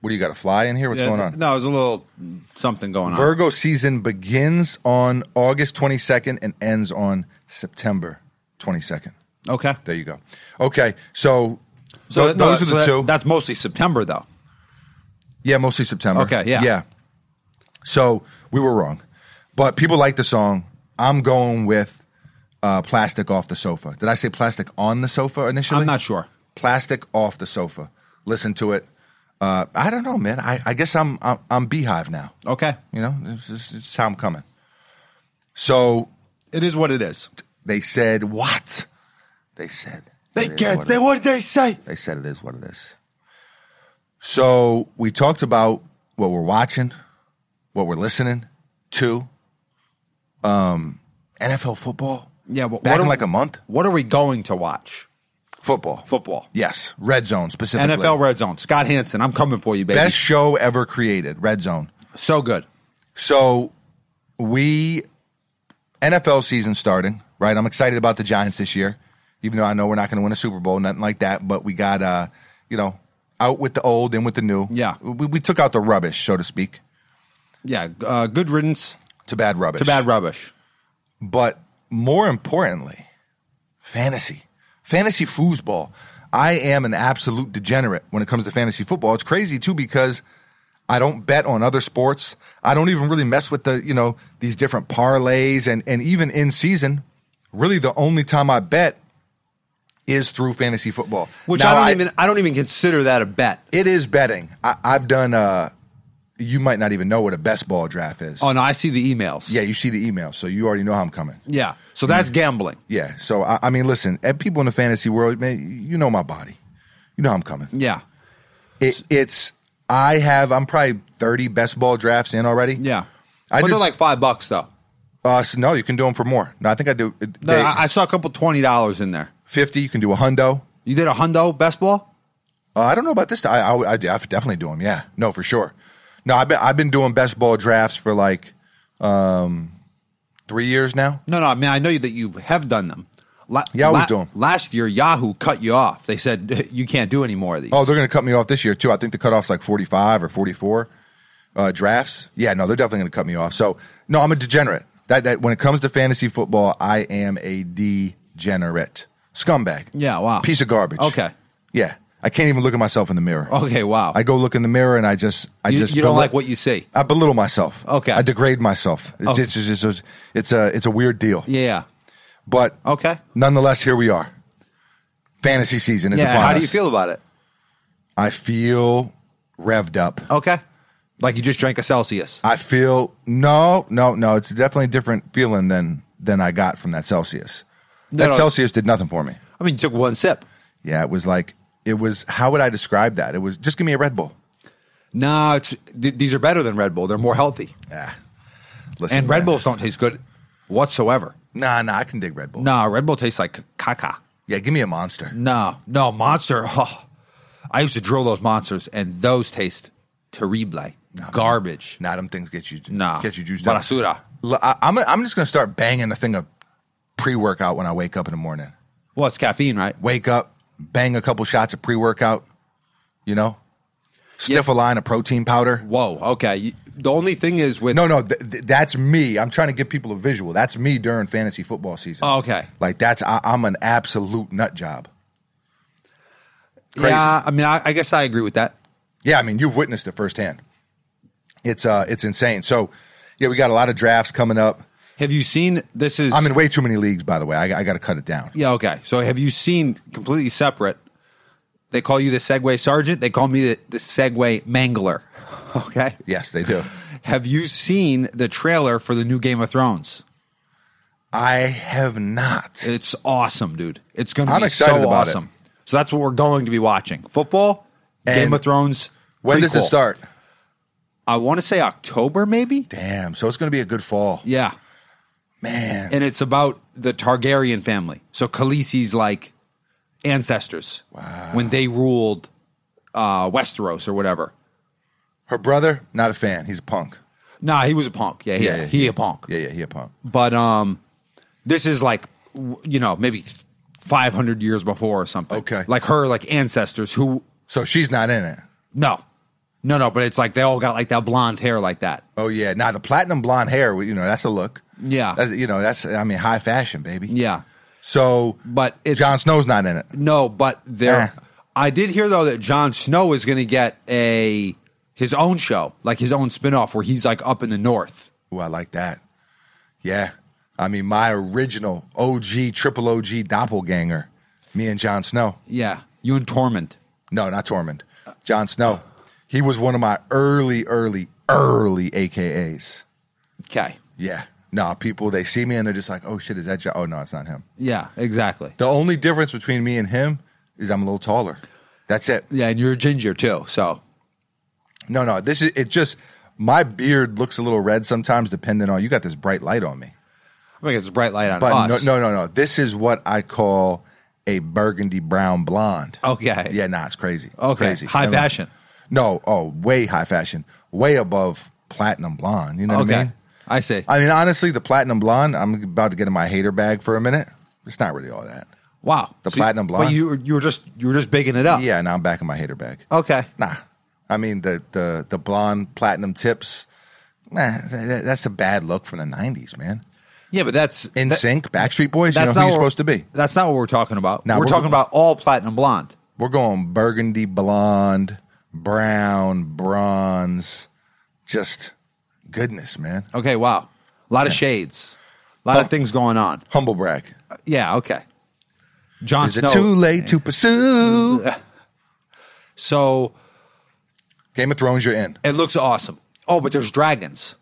Speaker 1: What do you got? A fly in here? What's
Speaker 3: Yeah,
Speaker 1: going
Speaker 3: th-
Speaker 1: on?
Speaker 3: No, it was a little something going on.
Speaker 1: Virgo season begins on August 22nd and ends on September 22nd.
Speaker 3: okay.
Speaker 1: There you go. Okay, so,
Speaker 3: So
Speaker 1: tho-
Speaker 3: no,
Speaker 1: those
Speaker 3: so
Speaker 1: are the
Speaker 3: that-
Speaker 1: two.
Speaker 3: That's mostly September though.
Speaker 1: yeah, mostly September.
Speaker 3: Okay, yeah.
Speaker 1: yeah. So we were wrong, but people like the song. I'm going with uh, "Plastic Off the Sofa." Did I say "Plastic on the Sofa" initially?
Speaker 3: I'm not sure.
Speaker 1: Plastic off the sofa. Listen to it. Uh, I don't know, man. I, I guess I'm, I'm I'm Beehive now.
Speaker 3: Okay.
Speaker 1: You know, this is, this is how I'm coming. So
Speaker 3: It is what it is.
Speaker 1: they said what? They said it is what it is.
Speaker 3: what did they say?
Speaker 1: They said it is what it is. So we talked about what we're watching, what we're listening to, um, NFL football.
Speaker 3: Yeah, but
Speaker 1: back
Speaker 3: what
Speaker 1: in
Speaker 3: are-
Speaker 1: like a month.
Speaker 3: What are we going to watch?
Speaker 1: Football,
Speaker 3: Football.
Speaker 1: yes, red zone specifically.
Speaker 3: NFL Red Zone. Scott Hansen, I'm coming for you, baby.
Speaker 1: best show ever created. Red zone.
Speaker 3: So good.
Speaker 1: So we NFL season starting, right? I'm excited about the Giants this year, even though I know we're not going to win a Super Bowl, nothing like that. But we got, uh, you know, out with the old in with the new.
Speaker 3: Yeah.
Speaker 1: we, we took out the rubbish, so to speak,
Speaker 3: Yeah, uh, good riddance
Speaker 1: to bad rubbish.
Speaker 3: to bad rubbish.
Speaker 1: but more importantly, fantasy, fantasy foosball. I am an absolute degenerate when it comes to fantasy football. It's crazy too because I don't bet on other sports. I don't even really mess with the you know these different parlays and and even in season. Really, the only time I bet is through fantasy football,
Speaker 3: Which
Speaker 1: Now,
Speaker 3: I don't even I don't even consider that a bet.
Speaker 1: It is betting. I, I've done. uh You might not even know what a best ball draft is.
Speaker 3: Oh no, I see the emails.
Speaker 1: Yeah, Mm-hmm. you see the email, so you already know how I'm coming.
Speaker 3: Yeah. So that's gambling.
Speaker 1: Yeah. So I, I mean, listen, eh, people in the fantasy world, man, you know my body. You know I'm coming.
Speaker 3: Yeah.
Speaker 1: It, it's I have I'm probably 30 best ball drafts in already.
Speaker 3: Yeah.
Speaker 1: I
Speaker 3: but
Speaker 1: just,
Speaker 3: they're like five bucks though.
Speaker 1: uh, s- no, you can do them for more. No, I think I do eh,
Speaker 3: No,
Speaker 1: they-
Speaker 3: I, I saw a couple twenty dollars in there.
Speaker 1: 50. You can do a hundo.
Speaker 3: You did a hundo best ball?
Speaker 1: Uh, I don't know about this. I, I I I definitely do them. Yeah. No, for sure. No, I've been I've been doing best ball drafts for like um three years now.
Speaker 3: No, no. I mean, I know that you have done them. La-
Speaker 1: Yeah, I always do 'em.
Speaker 3: Last year, Yahoo cut you off. They said you can't do any more of these.
Speaker 1: Oh, they're going to cut me off this year too. I think the cutoff's like 45 or 44 uh, drafts. Yeah, no, they're definitely going to cut me off. So, no, I'm a degenerate. That that when it comes to fantasy football, I am a degenerate scumbag.
Speaker 3: Yeah, wow.
Speaker 1: Piece of garbage.
Speaker 3: Okay.
Speaker 1: Yeah, I can't even look at myself in the mirror.
Speaker 3: Okay, wow.
Speaker 1: I go look in the mirror and I just I
Speaker 3: you,
Speaker 1: just
Speaker 3: you don't
Speaker 1: bel-
Speaker 3: like what you see.
Speaker 1: I belittle myself.
Speaker 3: Okay.
Speaker 1: I degrade myself. It's
Speaker 3: Okay.
Speaker 1: it's, just- it's, just- it's a it's a weird deal.
Speaker 3: Yeah.
Speaker 1: But
Speaker 3: Okay.
Speaker 1: nonetheless, here we are. Fantasy season is
Speaker 3: Yeah.
Speaker 1: upon
Speaker 3: How do
Speaker 1: us.
Speaker 3: you feel about it?
Speaker 1: I feel revved up.
Speaker 3: Okay. Like you just drank a Celsius.
Speaker 1: I feel no, no, no. It's definitely a different feeling than than I got from that Celsius. that
Speaker 3: no.
Speaker 1: Celsius did nothing for me.
Speaker 3: I mean, you took one sip.
Speaker 1: Yeah, it was like it was. How would I describe that? It was just give me a Red Bull.
Speaker 3: No, it's th- these are better than Red Bull. They're more healthy,
Speaker 1: Yeah, listen,
Speaker 3: and Red
Speaker 1: man.
Speaker 3: Bulls don't taste good whatsoever.
Speaker 1: Nah, nah. I can dig Red Bull.
Speaker 3: No, Red Bull tastes like caca.
Speaker 1: Yeah, give me a Monster.
Speaker 3: No, no Monster. Oh, I used to drill those monsters, and those taste terrible, garbage.
Speaker 1: Nah, them things get you.
Speaker 3: Nah.
Speaker 1: get you juiced
Speaker 3: Basura.
Speaker 1: up. L- I, am I'm just gonna start banging a thing of pre workout when I wake up in the morning.
Speaker 3: Well, it's caffeine, right?
Speaker 1: Wake up, bang a couple shots of pre workout. You know, sniff a line of protein powder.
Speaker 3: Whoa. Okay. You- The only thing is with
Speaker 1: No, no, th- th- that's me. I'm trying to give people a visual. That's me during fantasy football season.
Speaker 3: Oh, okay.
Speaker 1: Like that's I, I'm an absolute nut job.
Speaker 3: Yeah, I mean, I, I guess I agree with that.
Speaker 1: Yeah, I mean you've witnessed it firsthand. It's uh, it's insane. So yeah, we got a lot of drafts coming up.
Speaker 3: Have you seen this? Is
Speaker 1: I'm in way too many leagues, by the way. I, I got to cut it down.
Speaker 3: Yeah, okay. So have you seen completely separate? They call you the Segway Sergeant. They call me the, the Segway Mangler. Okay.
Speaker 1: Yes, they do.
Speaker 3: Have you seen the trailer for the new Game of Thrones?
Speaker 1: I have not.
Speaker 3: It's awesome, dude. It's going to
Speaker 1: I'm
Speaker 3: be
Speaker 1: excited
Speaker 3: so
Speaker 1: about it.
Speaker 3: awesome. So that's what we're going to be watching. Football, Game
Speaker 1: And
Speaker 3: of Thrones.
Speaker 1: When does it
Speaker 3: prequel.
Speaker 1: start?
Speaker 3: I want to say October, maybe.
Speaker 1: Damn. So it's going to be a good fall,
Speaker 3: Yeah,
Speaker 1: man.
Speaker 3: and it's about the Targaryen family. So Khaleesi's like ancestors when they ruled uh, Westeros or whatever.
Speaker 1: Her brother, not a fan. He's a punk.
Speaker 3: Nah, he was a punk. Yeah, he,
Speaker 1: Yeah, yeah,
Speaker 3: he a punk.
Speaker 1: Yeah, yeah, he a punk.
Speaker 3: But um, this is like w- you know maybe five hundred years before or something.
Speaker 1: Okay.
Speaker 3: like her like ancestors who
Speaker 1: So she's not in it.
Speaker 3: no, no, no. But it's like they all got like that blonde hair like that.
Speaker 1: Oh yeah, now the platinum blonde hair. You know, that's a look.
Speaker 3: Yeah.
Speaker 1: that's, you know, that's I mean, high fashion, baby.
Speaker 3: Yeah,
Speaker 1: So,
Speaker 3: but it's
Speaker 1: Jon Snow's not in it.
Speaker 3: no, but there.
Speaker 1: Eh.
Speaker 3: I did hear though that Jon Snow is going to get a his own show, like his own spinoff where he's like up in the north.
Speaker 1: Oh, I like that. Yeah, I mean, my original OG triple OG doppelganger, me and Jon Snow.
Speaker 3: Yeah, you and Torment.
Speaker 1: No, not Tormund. Jon Snow. He was one of my early, early, early AKAs.
Speaker 3: Okay.
Speaker 1: Yeah. No, people they see me and they're just like, "Oh shit, is that Jon? Oh no, it's not him."
Speaker 3: Yeah, exactly.
Speaker 1: The only difference between me and him is I'm a little taller. That's it.
Speaker 3: Yeah, and you're ginger too, so
Speaker 1: No, no. This is it. Just my beard looks a little red sometimes, depending on you got this bright light on me.
Speaker 3: I think it's a bright light on
Speaker 1: But
Speaker 3: us.
Speaker 1: no, no, no, no. This is what I call a burgundy brown blonde.
Speaker 3: Okay.
Speaker 1: Yeah, nah, it's crazy. It's
Speaker 3: Okay.
Speaker 1: crazy.
Speaker 3: High
Speaker 1: I mean,
Speaker 3: fashion.
Speaker 1: No, oh, way high fashion, way above platinum blonde. You know what
Speaker 3: Okay.
Speaker 1: I
Speaker 3: I,
Speaker 1: mean?
Speaker 3: see.
Speaker 1: I mean, honestly, the platinum blonde. I'm about to get in my hater bag for a minute. It's not really all that.
Speaker 3: wow.
Speaker 1: The platinum blonde.
Speaker 3: But you were- you were just you were just bigging it up.
Speaker 1: Yeah, now I'm back in my hater bag.
Speaker 3: Okay.
Speaker 1: Nah, I mean the the the blonde platinum tips. Nah, th- th- that's a bad look from the '90s, man.
Speaker 3: Yeah, but that's
Speaker 1: In
Speaker 3: that-
Speaker 1: sync, Backstreet Boys. You know
Speaker 3: that's
Speaker 1: who
Speaker 3: not
Speaker 1: you're
Speaker 3: what-
Speaker 1: supposed to be.
Speaker 3: That's not what we're talking about.
Speaker 1: No,
Speaker 3: we're,
Speaker 1: we're-
Speaker 3: talking about all platinum blonde.
Speaker 1: We're going burgundy blonde, brown, bronze. Just goodness, man.
Speaker 3: Okay. Wow. A lot of shades. A lot of things going on.
Speaker 1: Humble brag.
Speaker 3: Yeah. Okay. John
Speaker 1: Is
Speaker 3: Snow.
Speaker 1: it too late to pursue?
Speaker 3: So
Speaker 1: Game of Thrones, you're in.
Speaker 3: it looks awesome. Oh, but there's dragons.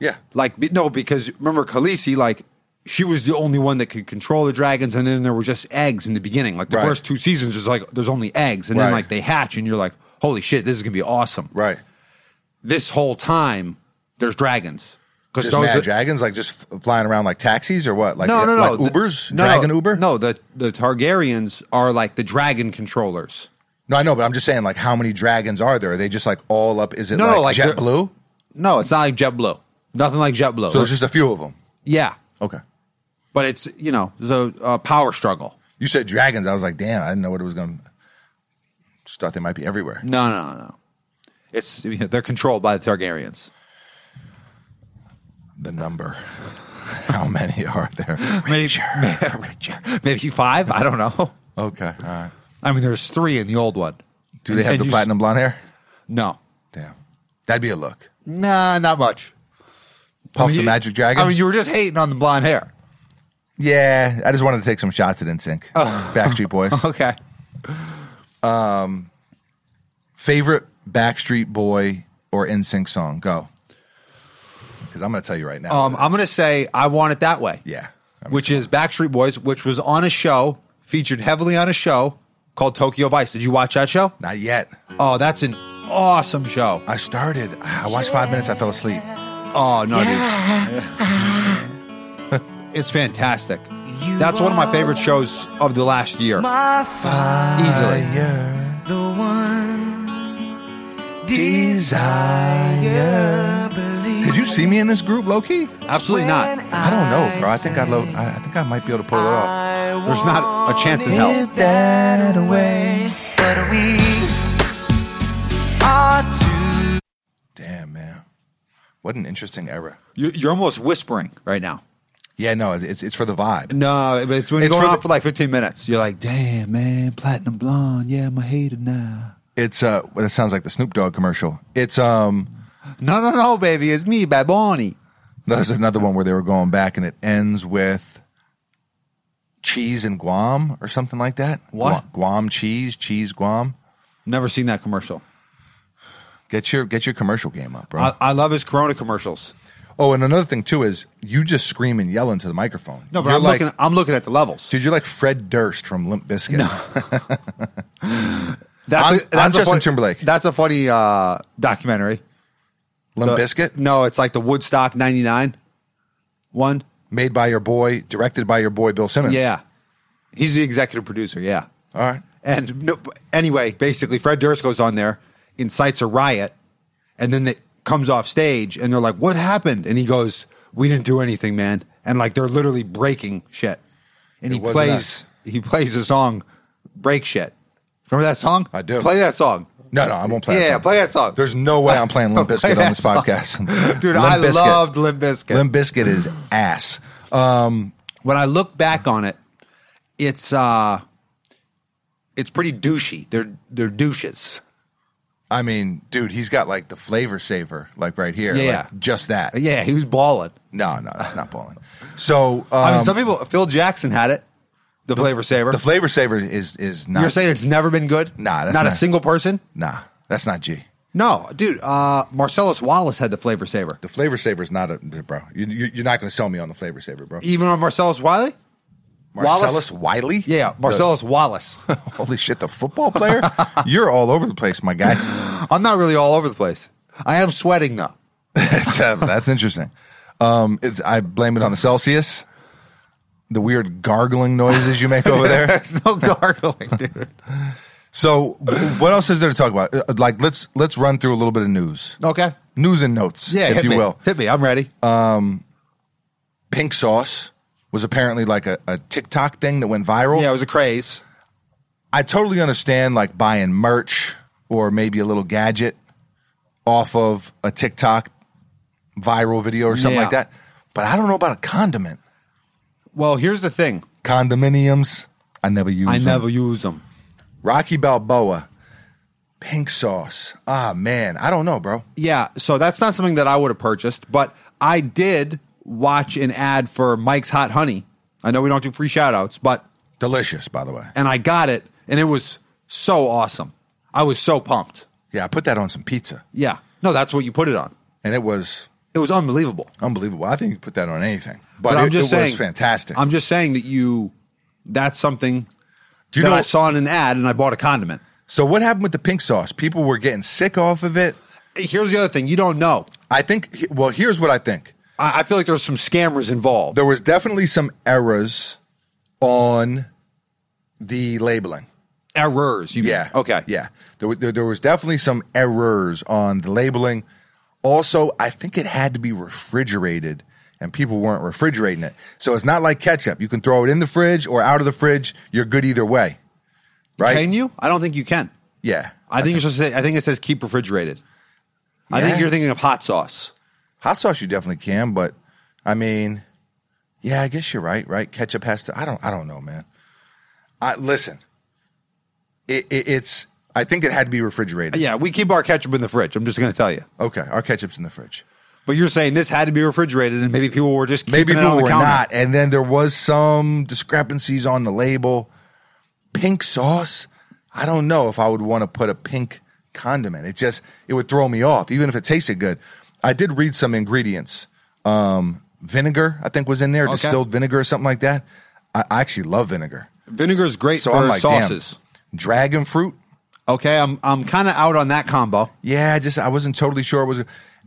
Speaker 1: Yeah.
Speaker 3: Like be- no, because remember Khaleesi, like she was the only one that could control the dragons, and then there were just eggs in the beginning. Like the
Speaker 1: Right.
Speaker 3: first two seasons, is like there's only eggs, and
Speaker 1: Right.
Speaker 3: then like they hatch, and you're like, holy shit, this is gonna be awesome.
Speaker 1: Right.
Speaker 3: This whole time, there's dragons because
Speaker 1: Just
Speaker 3: those
Speaker 1: mad
Speaker 3: are-
Speaker 1: dragons, like just f- flying around like taxis or what? Like,
Speaker 3: no, no, no,
Speaker 1: like
Speaker 3: the-
Speaker 1: Ubers?
Speaker 3: no,
Speaker 1: Dragon
Speaker 3: no,
Speaker 1: Uber?
Speaker 3: No, the the Targaryens are like the dragon controllers.
Speaker 1: No, I know, but I'm just saying, like, how many dragons are there? Are they just like all up? Is it
Speaker 3: No,
Speaker 1: like,
Speaker 3: no, like they're-
Speaker 1: JetBlue?
Speaker 3: No, it's not like JetBlue. Nothing like JetBlue.
Speaker 1: So there's just a few of them.
Speaker 3: yeah,
Speaker 1: Okay.
Speaker 3: but it's you know the uh, power struggle.
Speaker 1: You said dragons. I was like, damn, I didn't know what it was going to. Just thought they might be everywhere.
Speaker 3: No, no, no. It's they're controlled by the Targaryens.
Speaker 1: The number. how many are there?
Speaker 3: Maybe, Richard. maybe five. I don't know.
Speaker 1: Okay. All right.
Speaker 3: I mean, there's three in the old one.
Speaker 1: Do they
Speaker 3: And-
Speaker 1: have
Speaker 3: and
Speaker 1: the
Speaker 3: you s-
Speaker 1: platinum blonde hair?
Speaker 3: No,
Speaker 1: Damn. That'd be a look.
Speaker 3: nah, not much. I
Speaker 1: Puff
Speaker 3: mean,
Speaker 1: the
Speaker 3: you-
Speaker 1: magic dragon?
Speaker 3: I mean, you were just hating on the blonde hair.
Speaker 1: yeah, I just wanted to take some shots at NSYNC.
Speaker 3: Oh.
Speaker 1: Backstreet Boys.
Speaker 3: Okay.
Speaker 1: Favorite Backstreet Boy or NSYNC song? Go. Because I'm going to tell you right now.
Speaker 3: Um, I'm gonna say I want it that way.
Speaker 1: yeah.
Speaker 3: Which is Backstreet Boys, which was on a show featured heavily on a show called Tokyo Vice. Did you watch that show?
Speaker 1: Not yet.
Speaker 3: Oh, that's an awesome show.
Speaker 1: I started. I watched five minutes. I fell asleep.
Speaker 3: Oh no, dude. it's fantastic. That's one of my favorite shows of the last year.
Speaker 2: My fire,
Speaker 3: Easily.
Speaker 2: the one desire. Believe
Speaker 1: Could you see me in this group, low key?
Speaker 3: Absolutely not.
Speaker 1: I don't know, bro. I think I low. I, I think I might be able to pull it off.
Speaker 3: There's not a chance in hell.
Speaker 2: that away, but we are two.
Speaker 1: Damn, man. What an interesting era.
Speaker 3: You- You're almost whispering right now.
Speaker 1: Yeah, no, it's it's for the vibe.
Speaker 3: No, but it's when
Speaker 1: It's
Speaker 3: it's going
Speaker 1: for
Speaker 3: on
Speaker 1: the-
Speaker 3: for like 15 minutes. You're like, damn, man, platinum blonde. Yeah, I'm a hater now.
Speaker 1: It's uh, well, that sounds like the Snoop Dogg commercial. It's um,
Speaker 3: No, no, no, baby. It's me, Bad Bunny.
Speaker 1: there's another one where they were going back, and it ends with cheese in Guam or something like that. Guam,
Speaker 3: What?
Speaker 1: Guam cheese? Cheese Guam.
Speaker 3: Never seen that commercial.
Speaker 1: Get your get your commercial game up, bro.
Speaker 3: I, I love his Corona commercials.
Speaker 1: oh, and another thing too is you just scream and yell into the microphone.
Speaker 3: No, but
Speaker 1: You're
Speaker 3: I'm,
Speaker 1: like,
Speaker 3: looking, I'm looking at the levels.
Speaker 1: Dude, you're like Fred Durst from Limp Bizkit.
Speaker 3: That's,
Speaker 1: I'm-
Speaker 3: a,
Speaker 1: I'm
Speaker 3: that's a
Speaker 1: Justin
Speaker 3: funny,
Speaker 1: Timberlake.
Speaker 3: That's a funny uh, documentary.
Speaker 1: Limp
Speaker 3: The-
Speaker 1: Bizkit,
Speaker 3: No, it's like the Woodstock 99 one.
Speaker 1: made by your boy, directed by your boy Bill Simmons.
Speaker 3: Yeah. He's the executive producer. Yeah.
Speaker 1: All right.
Speaker 3: And no, anyway, basically, Fred Durst goes on there, incites a riot, And then it comes off stage and they're like, what happened? And he goes, we didn't do anything, man. And like they're literally breaking shit. And he
Speaker 1: wasn't
Speaker 3: plays
Speaker 1: us.
Speaker 3: he plays the song Break Shit. Remember that song?
Speaker 1: I do.
Speaker 3: Play that song.
Speaker 1: No, no, I won't play. that
Speaker 3: Yeah,
Speaker 1: song.
Speaker 3: play that song.
Speaker 1: There's no way I'm playing Limp
Speaker 3: Play
Speaker 1: Bizkit on
Speaker 3: that
Speaker 1: this
Speaker 3: song.
Speaker 1: podcast,
Speaker 3: Dude,
Speaker 1: Limp
Speaker 3: I
Speaker 1: Bizkit.
Speaker 3: loved Limp Bizkit.
Speaker 1: Limp Bizkit is ass. Um,
Speaker 3: when I look back on it, it's uh it's pretty douchey. They're they're douches.
Speaker 1: I mean, dude, he's got like the flavor saver, like right here,
Speaker 3: Yeah.
Speaker 1: like, just that.
Speaker 3: Yeah, he was balling.
Speaker 1: No, no, that's not balling. So, um,
Speaker 3: I mean, some people. Phil Jackson had it, the, flavor saver.
Speaker 1: the flavor saver is is not.
Speaker 3: You're saying it's never been good?
Speaker 1: Nah, that's
Speaker 3: not, a
Speaker 1: not-
Speaker 3: single person.
Speaker 1: nah, that's not G.
Speaker 3: No, dude. Uh, Marcellus Wallace had the flavor saver.
Speaker 1: The flavor saver is not a bro. You, you, you're not going to sell me on the flavor saver, bro.
Speaker 3: Even on Marcellus Wiley. E, Wallace?
Speaker 1: Marcellus Wiley,
Speaker 3: Yeah, Marcellus Wallace.
Speaker 1: The- holy shit, the football player. you're all over the place, my guy.
Speaker 3: I'm not really all over the place. I am sweating though.
Speaker 1: that's, uh, that's interesting. Um, it's, I blame it on the Celsius, the weird gargling noises you make over there.
Speaker 3: There's no gargling, dude.
Speaker 1: So, wh- what else is there to talk about? Uh, Like, let's let's run through a little bit of news,
Speaker 3: Okay.
Speaker 1: news and notes,
Speaker 3: Yeah,
Speaker 1: if
Speaker 3: hit
Speaker 1: you
Speaker 3: me.
Speaker 1: will. Um,
Speaker 3: Hit me. I'm ready.
Speaker 1: Pink sauce was apparently like a, a TikTok thing that went viral.
Speaker 3: yeah, it was a craze.
Speaker 1: I totally understand like buying merch or maybe a little gadget off of a TikTok viral video or something
Speaker 3: Yeah.
Speaker 1: like that, but I don't know about a condiment.
Speaker 3: Well, here's the thing.
Speaker 1: Condominiums, I never use.
Speaker 3: I
Speaker 1: them.
Speaker 3: never use them.
Speaker 1: Rocky Balboa, pink sauce. Ah, man, I don't know, bro.
Speaker 3: Yeah, so that's not something that I would have purchased, but I did watch an ad for Mike's Hot Honey. I know we don't do free shout outs, but
Speaker 1: Delicious, by the way.
Speaker 3: and I got it and it was so awesome. I was so pumped.
Speaker 1: Yeah, I put that on some pizza,
Speaker 3: Yeah. No, that's what you put it on.
Speaker 1: and it was
Speaker 3: It was unbelievable.
Speaker 1: unbelievable. I think you put that on anything, but, it, it was fantastic.
Speaker 3: I'm just saying that you that's something
Speaker 1: Do you
Speaker 3: that
Speaker 1: know?
Speaker 3: I saw in an ad and I bought a condiment.
Speaker 1: so what happened with the pink sauce? People were getting sick off of it.
Speaker 3: Here's the other thing, you don't know.
Speaker 1: I think. Well, here's what I think.
Speaker 3: I, I feel like there's some scammers involved.
Speaker 1: There was definitely some errors on the labeling.
Speaker 3: Errors. You mean.
Speaker 1: Yeah.
Speaker 3: Okay.
Speaker 1: Yeah. There, wa- there, there was definitely some errors on the labeling. Also, I think it had to be refrigerated and people weren't refrigerating it. So it's not like ketchup. You can throw it in the fridge or out of the fridge. You're good either way. Right?
Speaker 3: Can you? I don't think you can.
Speaker 1: Yeah.
Speaker 3: I think you're supposed to say. I think it says keep refrigerated. I think
Speaker 1: Yeah.
Speaker 3: you're thinking of hot sauce.
Speaker 1: Hot sauce you definitely can, but I mean, yeah, I guess you're right, right? Ketchup has to I don't I don't know, man. I listen. It, it, it's I think it had to be refrigerated.
Speaker 3: Yeah, we keep our ketchup in the fridge. I'm just going to tell you.
Speaker 1: Okay, our ketchup's in the fridge.
Speaker 3: But you're saying this had to be refrigerated, and maybe people were just keeping
Speaker 1: Maybe
Speaker 3: it
Speaker 1: people
Speaker 3: on the
Speaker 1: were
Speaker 3: counter.
Speaker 1: not. And then there was some discrepancies on the label. Pink sauce. I don't know if I would want to put a pink condiment. It just it would throw me off, even if it tasted good. I did read some ingredients. Um, vinegar, I think, was in there,
Speaker 3: Okay.
Speaker 1: distilled vinegar or something like that. I, I actually love vinegar.
Speaker 3: Vinegar is great
Speaker 1: So
Speaker 3: for
Speaker 1: I'm like,
Speaker 3: sauces.
Speaker 1: damn. Dragon fruit.
Speaker 3: Okay, I'm I'm kind of out on that combo.
Speaker 1: Yeah, I just I wasn't totally sure it was,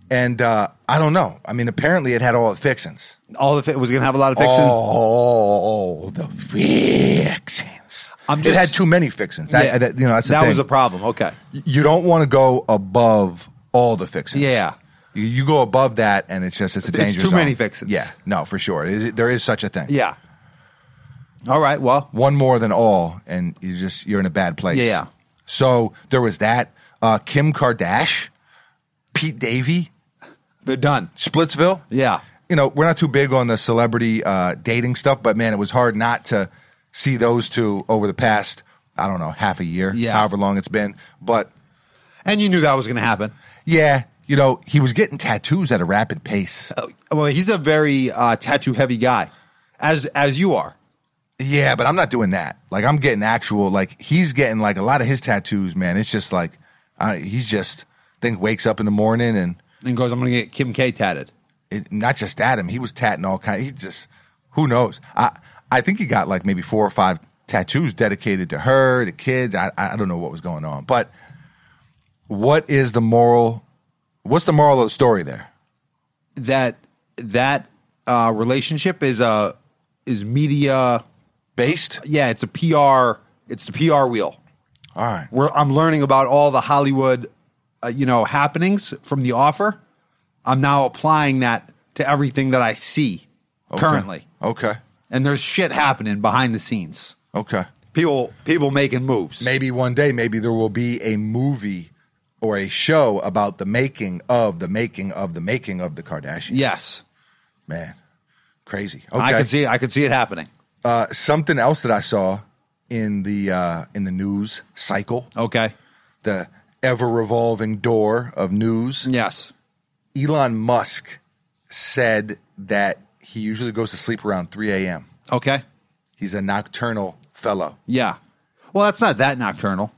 Speaker 1: and uh, I don't know. I mean, apparently it had all the fixings.
Speaker 3: All of it was going to have a lot of fixing.
Speaker 1: Oh, the fixins.
Speaker 3: I'm
Speaker 1: it
Speaker 3: just-
Speaker 1: had too many fixins. I-
Speaker 3: Yeah.
Speaker 1: I- that, you know, that's the
Speaker 3: that
Speaker 1: thing.
Speaker 3: was a problem. Okay,
Speaker 1: you don't want to go above all the fixins.
Speaker 3: Yeah.
Speaker 1: You, you go above that, and it's just it's a
Speaker 3: It's
Speaker 1: danger.
Speaker 3: too
Speaker 1: zone.
Speaker 3: many fixins.
Speaker 1: Yeah, no, for sure. It is- there is such a thing.
Speaker 3: yeah. All right. Well,
Speaker 1: one more than all, and you just you're in a bad place.
Speaker 3: Yeah, yeah.
Speaker 1: So there was that. Uh, Kim Kardashian, Pete Davy,
Speaker 3: they're done.
Speaker 1: Splitsville.
Speaker 3: Yeah.
Speaker 1: You know, we're not too big on the celebrity uh, dating stuff, but man, it was hard not to see those two over the past, I don't know, half a year,
Speaker 3: Yeah.
Speaker 1: however long it's been. But
Speaker 3: And you knew that was going to happen.
Speaker 1: yeah, you know, he was getting tattoos at a rapid pace.
Speaker 3: Oh, Well, he's a very uh, tattoo heavy guy, as as you are.
Speaker 1: Yeah, but I'm not doing that. Like, I'm getting actual, like, he's getting, like, a lot of his tattoos, man. It's just like, I, he's just, think wakes up in the morning and
Speaker 3: And goes, I'm going to get Kim K tatted.
Speaker 1: it, not just at him, he was tatting all kind. He just who knows. I I think he got like maybe four or five tattoos dedicated to her, the kids. I I don't know what was going on, but what is the moral? What's the moral of the story there?
Speaker 3: that that uh, relationship is a is media.
Speaker 1: Based.
Speaker 3: Yeah, it's a PR. It's the PR wheel.
Speaker 1: All right.
Speaker 3: Where I'm learning about all the Hollywood uh, you know happenings from the offer, I'm now applying that to everything that I see currently.
Speaker 1: Okay.
Speaker 3: And there's shit happening behind the scenes.
Speaker 1: Okay.
Speaker 3: People people making moves.
Speaker 1: Maybe one day, maybe there will be a movie or a show about the making of the making of the making of the Kardashians.
Speaker 3: Yes.
Speaker 1: Man, crazy. Okay.
Speaker 3: I could see I could see it happening.
Speaker 1: uh, something else that I saw in the uh, in the news cycle,
Speaker 3: Okay.
Speaker 1: the ever revolving door of news.
Speaker 3: Yes.
Speaker 1: Elon Musk said that he usually goes to sleep around 3 a.m.
Speaker 3: Okay.
Speaker 1: He's a nocturnal fellow.
Speaker 3: Yeah. Well, that's not that nocturnal.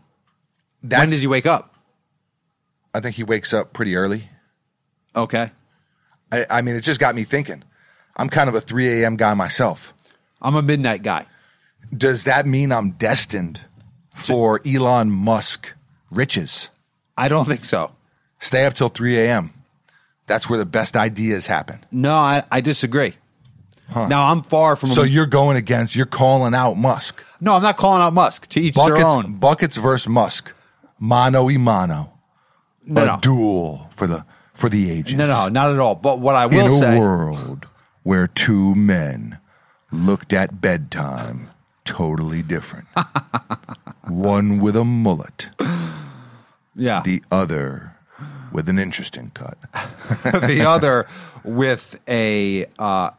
Speaker 1: That's,
Speaker 3: when did you wake up?
Speaker 1: I think he wakes up pretty early.
Speaker 3: Okay.
Speaker 1: I, I mean, it just got me thinking. I'm kind of a 3 a.m. guy myself.
Speaker 3: I'm a midnight guy.
Speaker 1: Does that mean I'm destined for Elon Musk riches?
Speaker 3: I don't think so.
Speaker 1: Stay up till 3 a.m. That's where the best ideas happen.
Speaker 3: No, I, I disagree. Now I'm far from.
Speaker 1: So you're going against, you're calling out Musk.
Speaker 3: no, I'm not calling out Musk. To each their
Speaker 1: Buckets,
Speaker 3: own.
Speaker 1: buckets versus Musk. Mono e mano.
Speaker 3: No,
Speaker 1: a
Speaker 3: no,
Speaker 1: duel for the for the ages.
Speaker 3: no, no, not at all. But what I
Speaker 1: In
Speaker 3: will
Speaker 1: a
Speaker 3: say,
Speaker 1: world where two men looked at bedtime totally different. One with a mullet,
Speaker 3: yeah, the,
Speaker 1: the other with an interesting cut.
Speaker 3: other with a uh,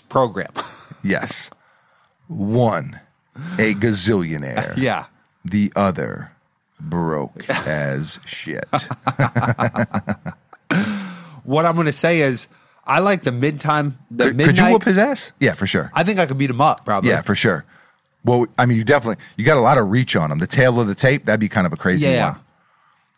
Speaker 3: program.
Speaker 1: Yes. One a gazillionaire.
Speaker 3: yeah,
Speaker 1: The other broke as shit.
Speaker 3: what I'm going to say is, I like the midtime. The
Speaker 1: could,
Speaker 3: midnight.
Speaker 1: could you whoop his ass? Yeah, for sure.
Speaker 3: I think I could beat him up probably.
Speaker 1: Yeah, for sure. Well, I mean, you definitely you got a lot of reach on him. The tail of the tape that'd be kind of a crazy
Speaker 3: Yeah.
Speaker 1: one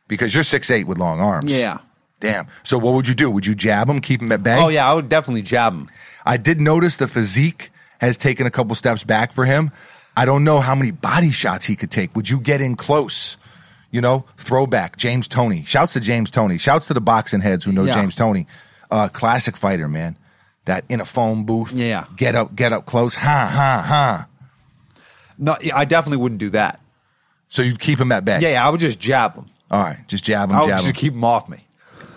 Speaker 1: because you're six eight with long arms.
Speaker 3: Yeah.
Speaker 1: Damn. So what would you do? Would you jab him, keep him at bay?
Speaker 3: Oh yeah, I would definitely jab him.
Speaker 1: I did notice the physique has taken a couple steps back for him. I don't know how many body shots he could take. Would you get in close? You know, throwback James Tony. Shouts to James Tony. Shouts to the boxing heads who know
Speaker 3: Yeah.
Speaker 1: James Tony. Uh, classic fighter, man. That in a phone booth.
Speaker 3: Yeah.
Speaker 1: Get up, get up close. Ha ha ha.
Speaker 3: No, I definitely wouldn't do that.
Speaker 1: So you keep him at bay.
Speaker 3: Yeah, yeah I would just jab him.
Speaker 1: All right, just jab him,
Speaker 3: I would
Speaker 1: jab him.
Speaker 3: just keep him off me.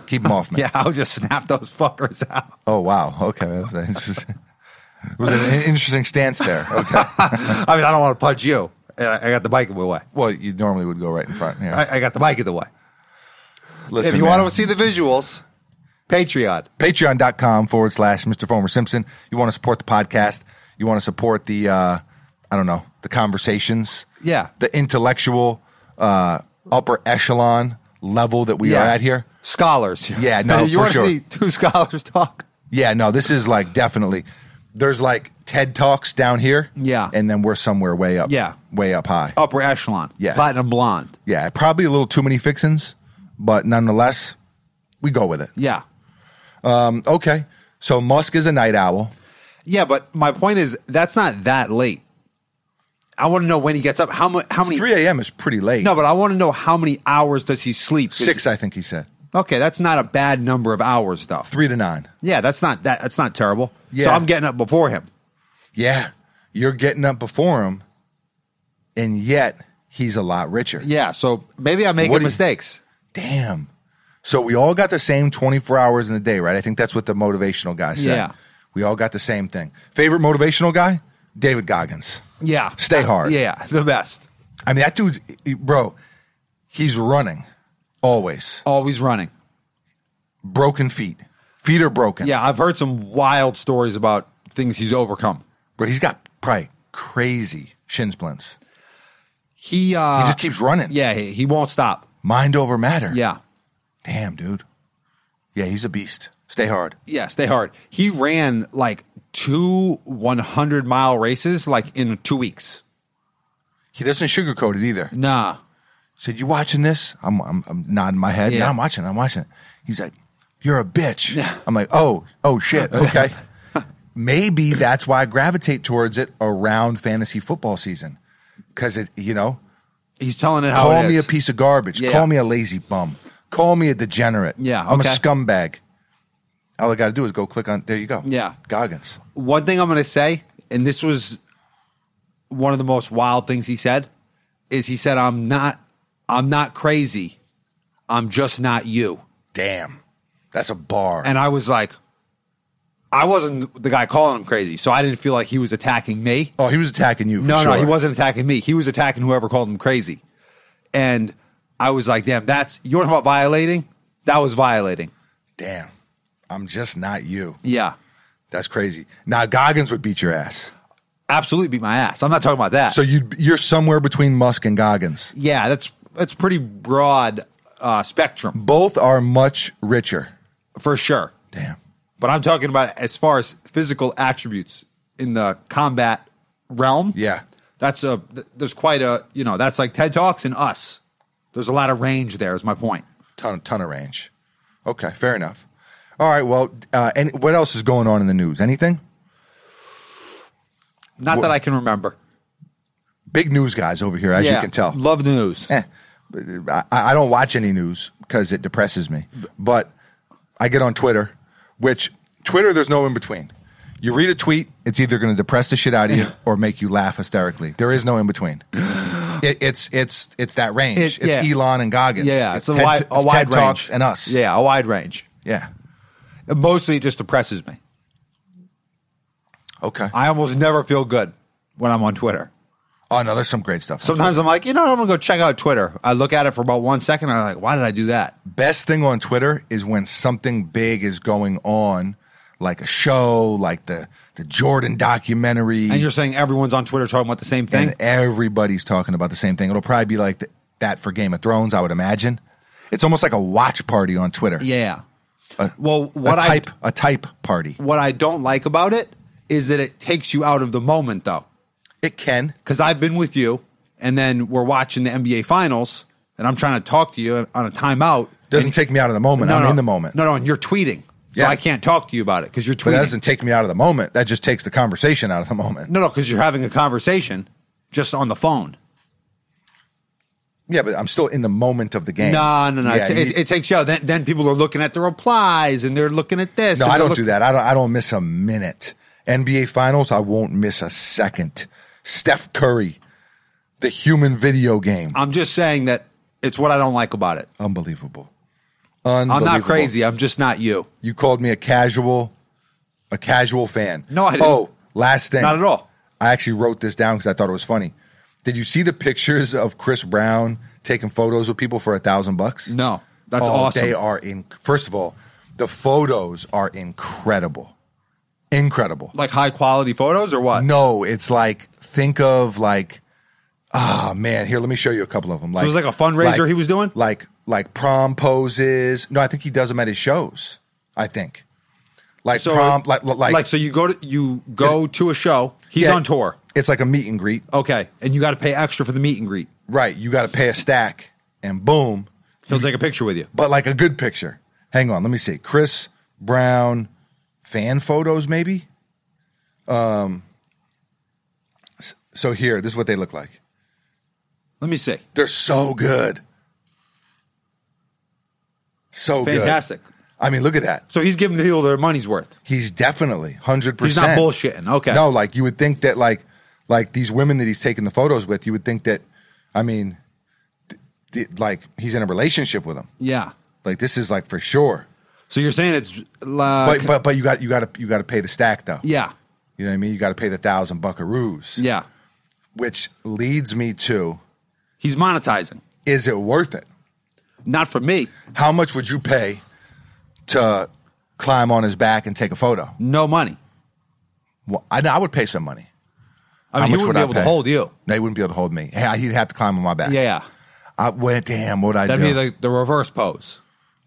Speaker 1: Keep him off me.
Speaker 3: Yeah, I would just snap those fuckers out.
Speaker 1: Oh wow. Okay, that's an interesting. It was an interesting stance there. Okay.
Speaker 3: I mean, I don't want to punch you. And I I got the bike in the way.
Speaker 1: Well, you normally would go right in front. Here,
Speaker 3: I, I got the bike in the way.
Speaker 1: listen.
Speaker 3: if you
Speaker 1: man.
Speaker 3: want to see the visuals, Patreon.
Speaker 1: patreon.com forward slash Mr. Former Simpson. You want to support the podcast. You want to support the, uh, I don't know, the conversations.
Speaker 3: Yeah.
Speaker 1: The intellectual uh, upper echelon level that we are at here.
Speaker 3: Scholars.
Speaker 1: Yeah, no,
Speaker 3: you
Speaker 1: for
Speaker 3: wanna
Speaker 1: sure.
Speaker 3: see two scholars talk?
Speaker 1: Yeah, no, this is like definitely. There's like TED Talks down here.
Speaker 3: Yeah.
Speaker 1: And then we're somewhere way up.
Speaker 3: Yeah.
Speaker 1: Way up high.
Speaker 3: Upper echelon.
Speaker 1: Yeah.
Speaker 3: Platinum blonde.
Speaker 1: Yeah, probably a little too many fixins, but nonetheless, we go with it. Um,
Speaker 3: Yeah.
Speaker 1: Okay. So Musk is a night owl.
Speaker 3: Yeah, but my point is that's not that late. I want to know when he gets up. How much? How many?
Speaker 1: 3 a.m. is pretty late.
Speaker 3: No, but I want to know how many hours does he sleep? Is-
Speaker 1: six, I think he said.
Speaker 3: Okay, that's not a bad number of hours though.
Speaker 1: Three to nine.
Speaker 3: Yeah, that's not that. That's not terrible. So
Speaker 1: Yeah.
Speaker 3: I'm getting up before him.
Speaker 1: Yeah. You're getting up before him, and yet he's a lot richer.
Speaker 3: Yeah. So maybe I'm making
Speaker 1: What do you-
Speaker 3: mistakes.
Speaker 1: Damn. So we all got the same 24 hours in the day, right? I think that's what the motivational guy said.
Speaker 3: Yeah.
Speaker 1: We all got the same thing. Favorite motivational guy? David Goggins.
Speaker 3: Yeah.
Speaker 1: Stay hard.
Speaker 3: Yeah, the best.
Speaker 1: I mean, that dude, bro, he's running always.
Speaker 3: Always running.
Speaker 1: Broken feet. Feet are broken.
Speaker 3: Yeah, I've heard some wild stories about things he's overcome.
Speaker 1: But he's got probably crazy shin splints.
Speaker 3: He uh
Speaker 1: He just keeps running.
Speaker 3: yeah, he, he won't stop.
Speaker 1: Mind over matter.
Speaker 3: Yeah.
Speaker 1: Damn, dude. Yeah, he's a beast. Stay hard.
Speaker 3: Yeah, stay hard. He ran like two 100 mile races like in 2 weeks.
Speaker 1: He doesn't sugarcoat it either.
Speaker 3: Nah.
Speaker 1: Said, "You watching this?" I'm, I'm, I'm nodding my head.
Speaker 3: Yeah.
Speaker 1: Yeah, I'm watching. it, I'm watching. it." He's like, "You're a bitch." I'm like, "Oh, oh shit, okay." Maybe that's why I gravitate towards it around fantasy football season, because it, you know,
Speaker 3: He's telling it how
Speaker 1: call
Speaker 3: Oh, it
Speaker 1: me a
Speaker 3: is.
Speaker 1: piece of garbage,
Speaker 3: Yeah.
Speaker 1: call me a lazy bum, call me a degenerate.
Speaker 3: Yeah,
Speaker 1: I'm a
Speaker 3: okay.
Speaker 1: scumbag. All I got to do is go click on. There you go.
Speaker 3: Yeah.
Speaker 1: Goggins.
Speaker 3: One thing I'm going to say, and this was one of the most wild things he said, is he said, "I'm not, I'm not crazy. I'm just not you.
Speaker 1: Damn. That's a bar.
Speaker 3: And I was like, I wasn't the guy calling him crazy, so I didn't feel like he was attacking me.
Speaker 1: oh, he was attacking you. For
Speaker 3: No, no,
Speaker 1: sure.
Speaker 3: he wasn't attacking me. He was attacking whoever called him crazy. And I was like, damn, that's, you want to talk about violating? That was violating.
Speaker 1: Damn. I'm just not you.
Speaker 3: Yeah.
Speaker 1: That's crazy. Now Goggins would beat your ass.
Speaker 3: Absolutely beat my ass. I'm not talking about that.
Speaker 1: So you you're somewhere between Musk and Goggins.
Speaker 3: yeah, that's, that's pretty broad uh, spectrum
Speaker 1: Both are much richer.
Speaker 3: for sure.
Speaker 1: Damn.
Speaker 3: But I'm talking about as far as physical attributes in the combat realm.
Speaker 1: Yeah.
Speaker 3: That's a, th- there's quite a, you know, that's like TED Talks and us. There's a lot of range there, is my point.
Speaker 1: Ton ton of range. Okay, fair enough. All right, well, uh, any, what else is going on in the news? Anything?
Speaker 3: Not
Speaker 1: Wha-
Speaker 3: that I can remember.
Speaker 1: Big news guys over here, as you
Speaker 3: Yeah.
Speaker 1: can tell.
Speaker 3: Love news.
Speaker 1: Eh, I, I don't watch any news because it depresses me. But I get on Twitter, which Twitter, there's no in between. You read a tweet, it's either going to depress the shit out of you or make you laugh hysterically. There is no in between. It, it's it's it's that range.
Speaker 3: It-
Speaker 1: it's
Speaker 3: yeah.
Speaker 1: Elon and Goggins.
Speaker 3: Yeah, it's, a
Speaker 1: TED-
Speaker 3: wide, a
Speaker 1: it's
Speaker 3: wide
Speaker 1: TED Talks
Speaker 3: range.
Speaker 1: and us.
Speaker 3: Yeah, a wide range.
Speaker 1: yeah.
Speaker 3: Mostly it just depresses me.
Speaker 1: Okay.
Speaker 3: I almost never feel good when I'm on Twitter.
Speaker 1: oh no, there's some great stuff. on
Speaker 3: Sometimes I'm like, you know, what, I'm gonna go check out Twitter. I look at it for about one second. I'm like, why did I do that?
Speaker 1: best thing on Twitter is when something big is going on, like a show, like the the Jordan documentary,
Speaker 3: And you're saying everyone's on Twitter talking about the same thing.
Speaker 1: and everybody's talking about the same thing. It'll probably be like th- that for Game of Thrones, I would imagine. It's almost like a watch party on Twitter.
Speaker 3: yeah.
Speaker 1: A-
Speaker 3: Well, what
Speaker 1: a
Speaker 3: I-
Speaker 1: type a type party.
Speaker 3: What I don't like about it is that it takes you out of the moment, though.
Speaker 1: It can.
Speaker 3: Because I've been with you, and then we're watching the NBA finals, and I'm trying to talk to you on a timeout.
Speaker 1: Doesn't take me out of the moment. I'm in the moment.
Speaker 3: No, no, and you're tweeting. So
Speaker 1: Yeah.
Speaker 3: I can't talk to you about it because you're tweeting.
Speaker 1: But that doesn't take me out of the moment. That just takes the conversation out of the moment.
Speaker 3: No, no, because you're having a conversation just on the phone.
Speaker 1: Yeah, but I'm still in the moment of the game.
Speaker 3: No, no, no.
Speaker 1: Yeah,
Speaker 3: it,
Speaker 1: you-
Speaker 3: it, it takes you out. Then, then people are looking at the replies and they're looking at this.
Speaker 1: no,
Speaker 3: and
Speaker 1: I
Speaker 3: they're
Speaker 1: don't
Speaker 3: look-
Speaker 1: do that. I don't. I don't miss a minute. NBA Finals. I won't miss a second. Steph Curry, the human video game.
Speaker 3: I'm just saying that it's what I don't like about it.
Speaker 1: Unbelievable. Unbelievable.
Speaker 3: I'm not crazy. I'm just not you.
Speaker 1: You called me a casual, a casual fan.
Speaker 3: No, I didn't.
Speaker 1: Oh, last thing.
Speaker 3: Not at all.
Speaker 1: I actually wrote this down because I thought it was funny. Did you see the pictures of Chris Brown taking photos with people for a thousand bucks?
Speaker 3: No, that's
Speaker 1: Oh,
Speaker 3: awesome.
Speaker 1: They are in. First of all, the photos are incredible, incredible.
Speaker 3: Like high quality photos or what?
Speaker 1: No, it's like think of like, ah man, here let me show you a couple of them. Like
Speaker 3: it was like a fundraiser he was doing?
Speaker 1: like like prom poses. No, I think he does them at his shows. I think like prom like like,
Speaker 3: so you go to you go to a show. He's
Speaker 1: Yeah,
Speaker 3: on tour.
Speaker 1: It's like a meet and greet,
Speaker 3: Okay, and you got to pay extra for the meet and greet.
Speaker 1: right? You got to pay a stack, and boom,
Speaker 3: He'll take a picture with you.
Speaker 1: but like a good picture. Hang on, let me see. Chris Brown fan photos, maybe. Um. s- So here, this is what they look like.
Speaker 3: Let me see.
Speaker 1: They're so good. So good.
Speaker 3: Fantastic.
Speaker 1: I mean, look at that.
Speaker 3: So he's giving the people their money's worth.
Speaker 1: He's definitely hundred
Speaker 3: He's not
Speaker 1: percent
Speaker 3: bullshitting. Okay.
Speaker 1: No, like you would think that, like, like these women that he's taking the photos with, you would think that. I mean, th- th- like he's in a relationship with them.
Speaker 3: Yeah.
Speaker 1: Like this is like for sure.
Speaker 3: So you're saying it's like,
Speaker 1: But but but you got you got to you got to pay the stack though.
Speaker 3: yeah,
Speaker 1: You know what I mean? You got to pay the thousand buckaroos.
Speaker 3: yeah.
Speaker 1: Which leads me to:
Speaker 3: He's monetizing.
Speaker 1: Is it worth it?
Speaker 3: Not for me.
Speaker 1: How much would you pay to climb on his back and take a photo?
Speaker 3: No money.
Speaker 1: Well, I, I would pay some money.
Speaker 3: I
Speaker 1: How
Speaker 3: mean, he
Speaker 1: much
Speaker 3: wouldn't
Speaker 1: would
Speaker 3: be
Speaker 1: I
Speaker 3: able
Speaker 1: pay?
Speaker 3: to hold you.
Speaker 1: No, he wouldn't be able to hold me. Yeah, he'd have to climb on my back.
Speaker 3: Yeah, yeah.
Speaker 1: I went. Damn, what would I
Speaker 3: That'd
Speaker 1: do?
Speaker 3: be the, the reverse pose.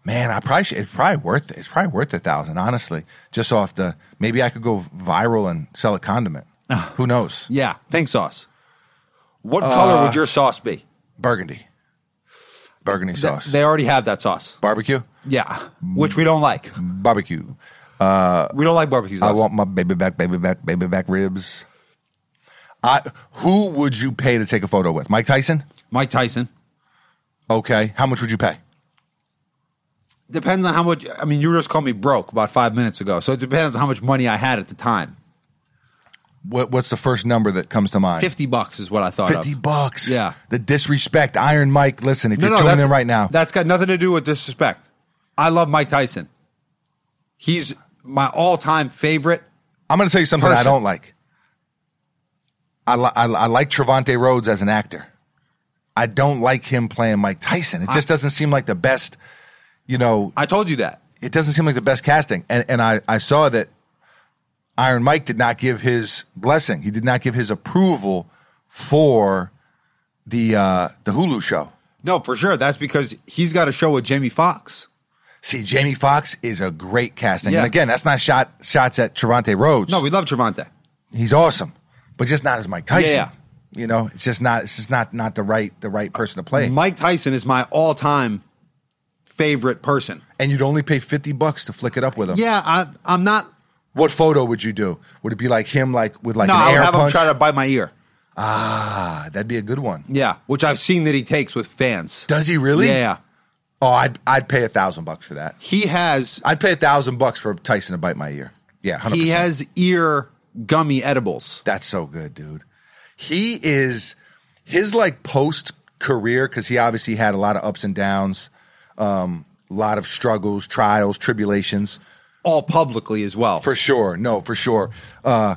Speaker 1: Man, I probably should, it's probably worth it. It's probably worth a thousand, honestly. Just off the maybe I could go viral and sell a condiment.
Speaker 3: Ah.
Speaker 1: Who knows?
Speaker 3: Yeah, pink sauce. What color would your sauce be?
Speaker 1: Burgundy, burgundy Uh, sauce,
Speaker 3: They already have that sauce.
Speaker 1: barbecue,
Speaker 3: Yeah, which we don't like.
Speaker 1: barbecue.
Speaker 3: We don't like barbecue sauce.
Speaker 1: I want my baby back, baby back, baby back ribs. I who would you pay to take a photo with? Mike Tyson.
Speaker 3: Mike Tyson.
Speaker 1: Okay, how much would you pay?
Speaker 3: Depends on how much. I mean, you just called me broke about five minutes ago, so it depends on how much money I had at the time.
Speaker 1: What, what's the first number that comes to mind?
Speaker 3: Fifty bucks is what I thought.
Speaker 1: 50
Speaker 3: of.
Speaker 1: bucks.
Speaker 3: Yeah.
Speaker 1: The disrespect. Iron Mike, listen, if you're tuning
Speaker 3: that's-
Speaker 1: in right now,
Speaker 3: That's got nothing to do with disrespect. I love Mike Tyson. He's my all-time favorite.
Speaker 1: I'm going to tell you something I
Speaker 3: Person.
Speaker 1: don't like. I, li- I, I like Trevante Rhodes as an actor. I don't like him playing Mike Tyson. It just doesn't seem like the best, you know,
Speaker 3: I told you that.
Speaker 1: it doesn't seem like the best casting. And, and I, I saw that Iron Mike did not give his blessing. He did not give his approval for the, uh, the Hulu show.
Speaker 3: No, for sure. That's because he's got a show with Jamie Foxx.
Speaker 1: See, Jamie Foxx is a great casting.
Speaker 3: Yeah.
Speaker 1: And again, that's not shot shots at Trevante Rhodes.
Speaker 3: No, we love Trevante.
Speaker 1: he's awesome, but just not as Mike Tyson.
Speaker 3: Yeah,
Speaker 1: You know, it's just not it's just not not the right the right person to play.
Speaker 3: Mike Tyson is my all-time favorite person.
Speaker 1: and you'd only pay fifty bucks to flick it up with him.
Speaker 3: Yeah, I, I'm not.
Speaker 1: What photo would you do? Would it be like him, like with like
Speaker 3: no,
Speaker 1: an
Speaker 3: I'll
Speaker 1: air
Speaker 3: have him
Speaker 1: punch?
Speaker 3: try to bite my ear.
Speaker 1: ah, that'd be a good one.
Speaker 3: Yeah, which I've seen that he takes with fans.
Speaker 1: Does he really?
Speaker 3: Yeah, yeah.
Speaker 1: Oh, I'd I'd pay a thousand bucks for that.
Speaker 3: He has
Speaker 1: I'd pay a thousand bucks for Tyson to bite my ear. Yeah, 100%.
Speaker 3: he has ear gummy edibles.
Speaker 1: That's so good, dude. He is his like post career because he obviously had a lot of ups and downs, um, a lot of struggles, trials, tribulations
Speaker 3: all publicly as well.
Speaker 1: for sure. No, for sure. Uh,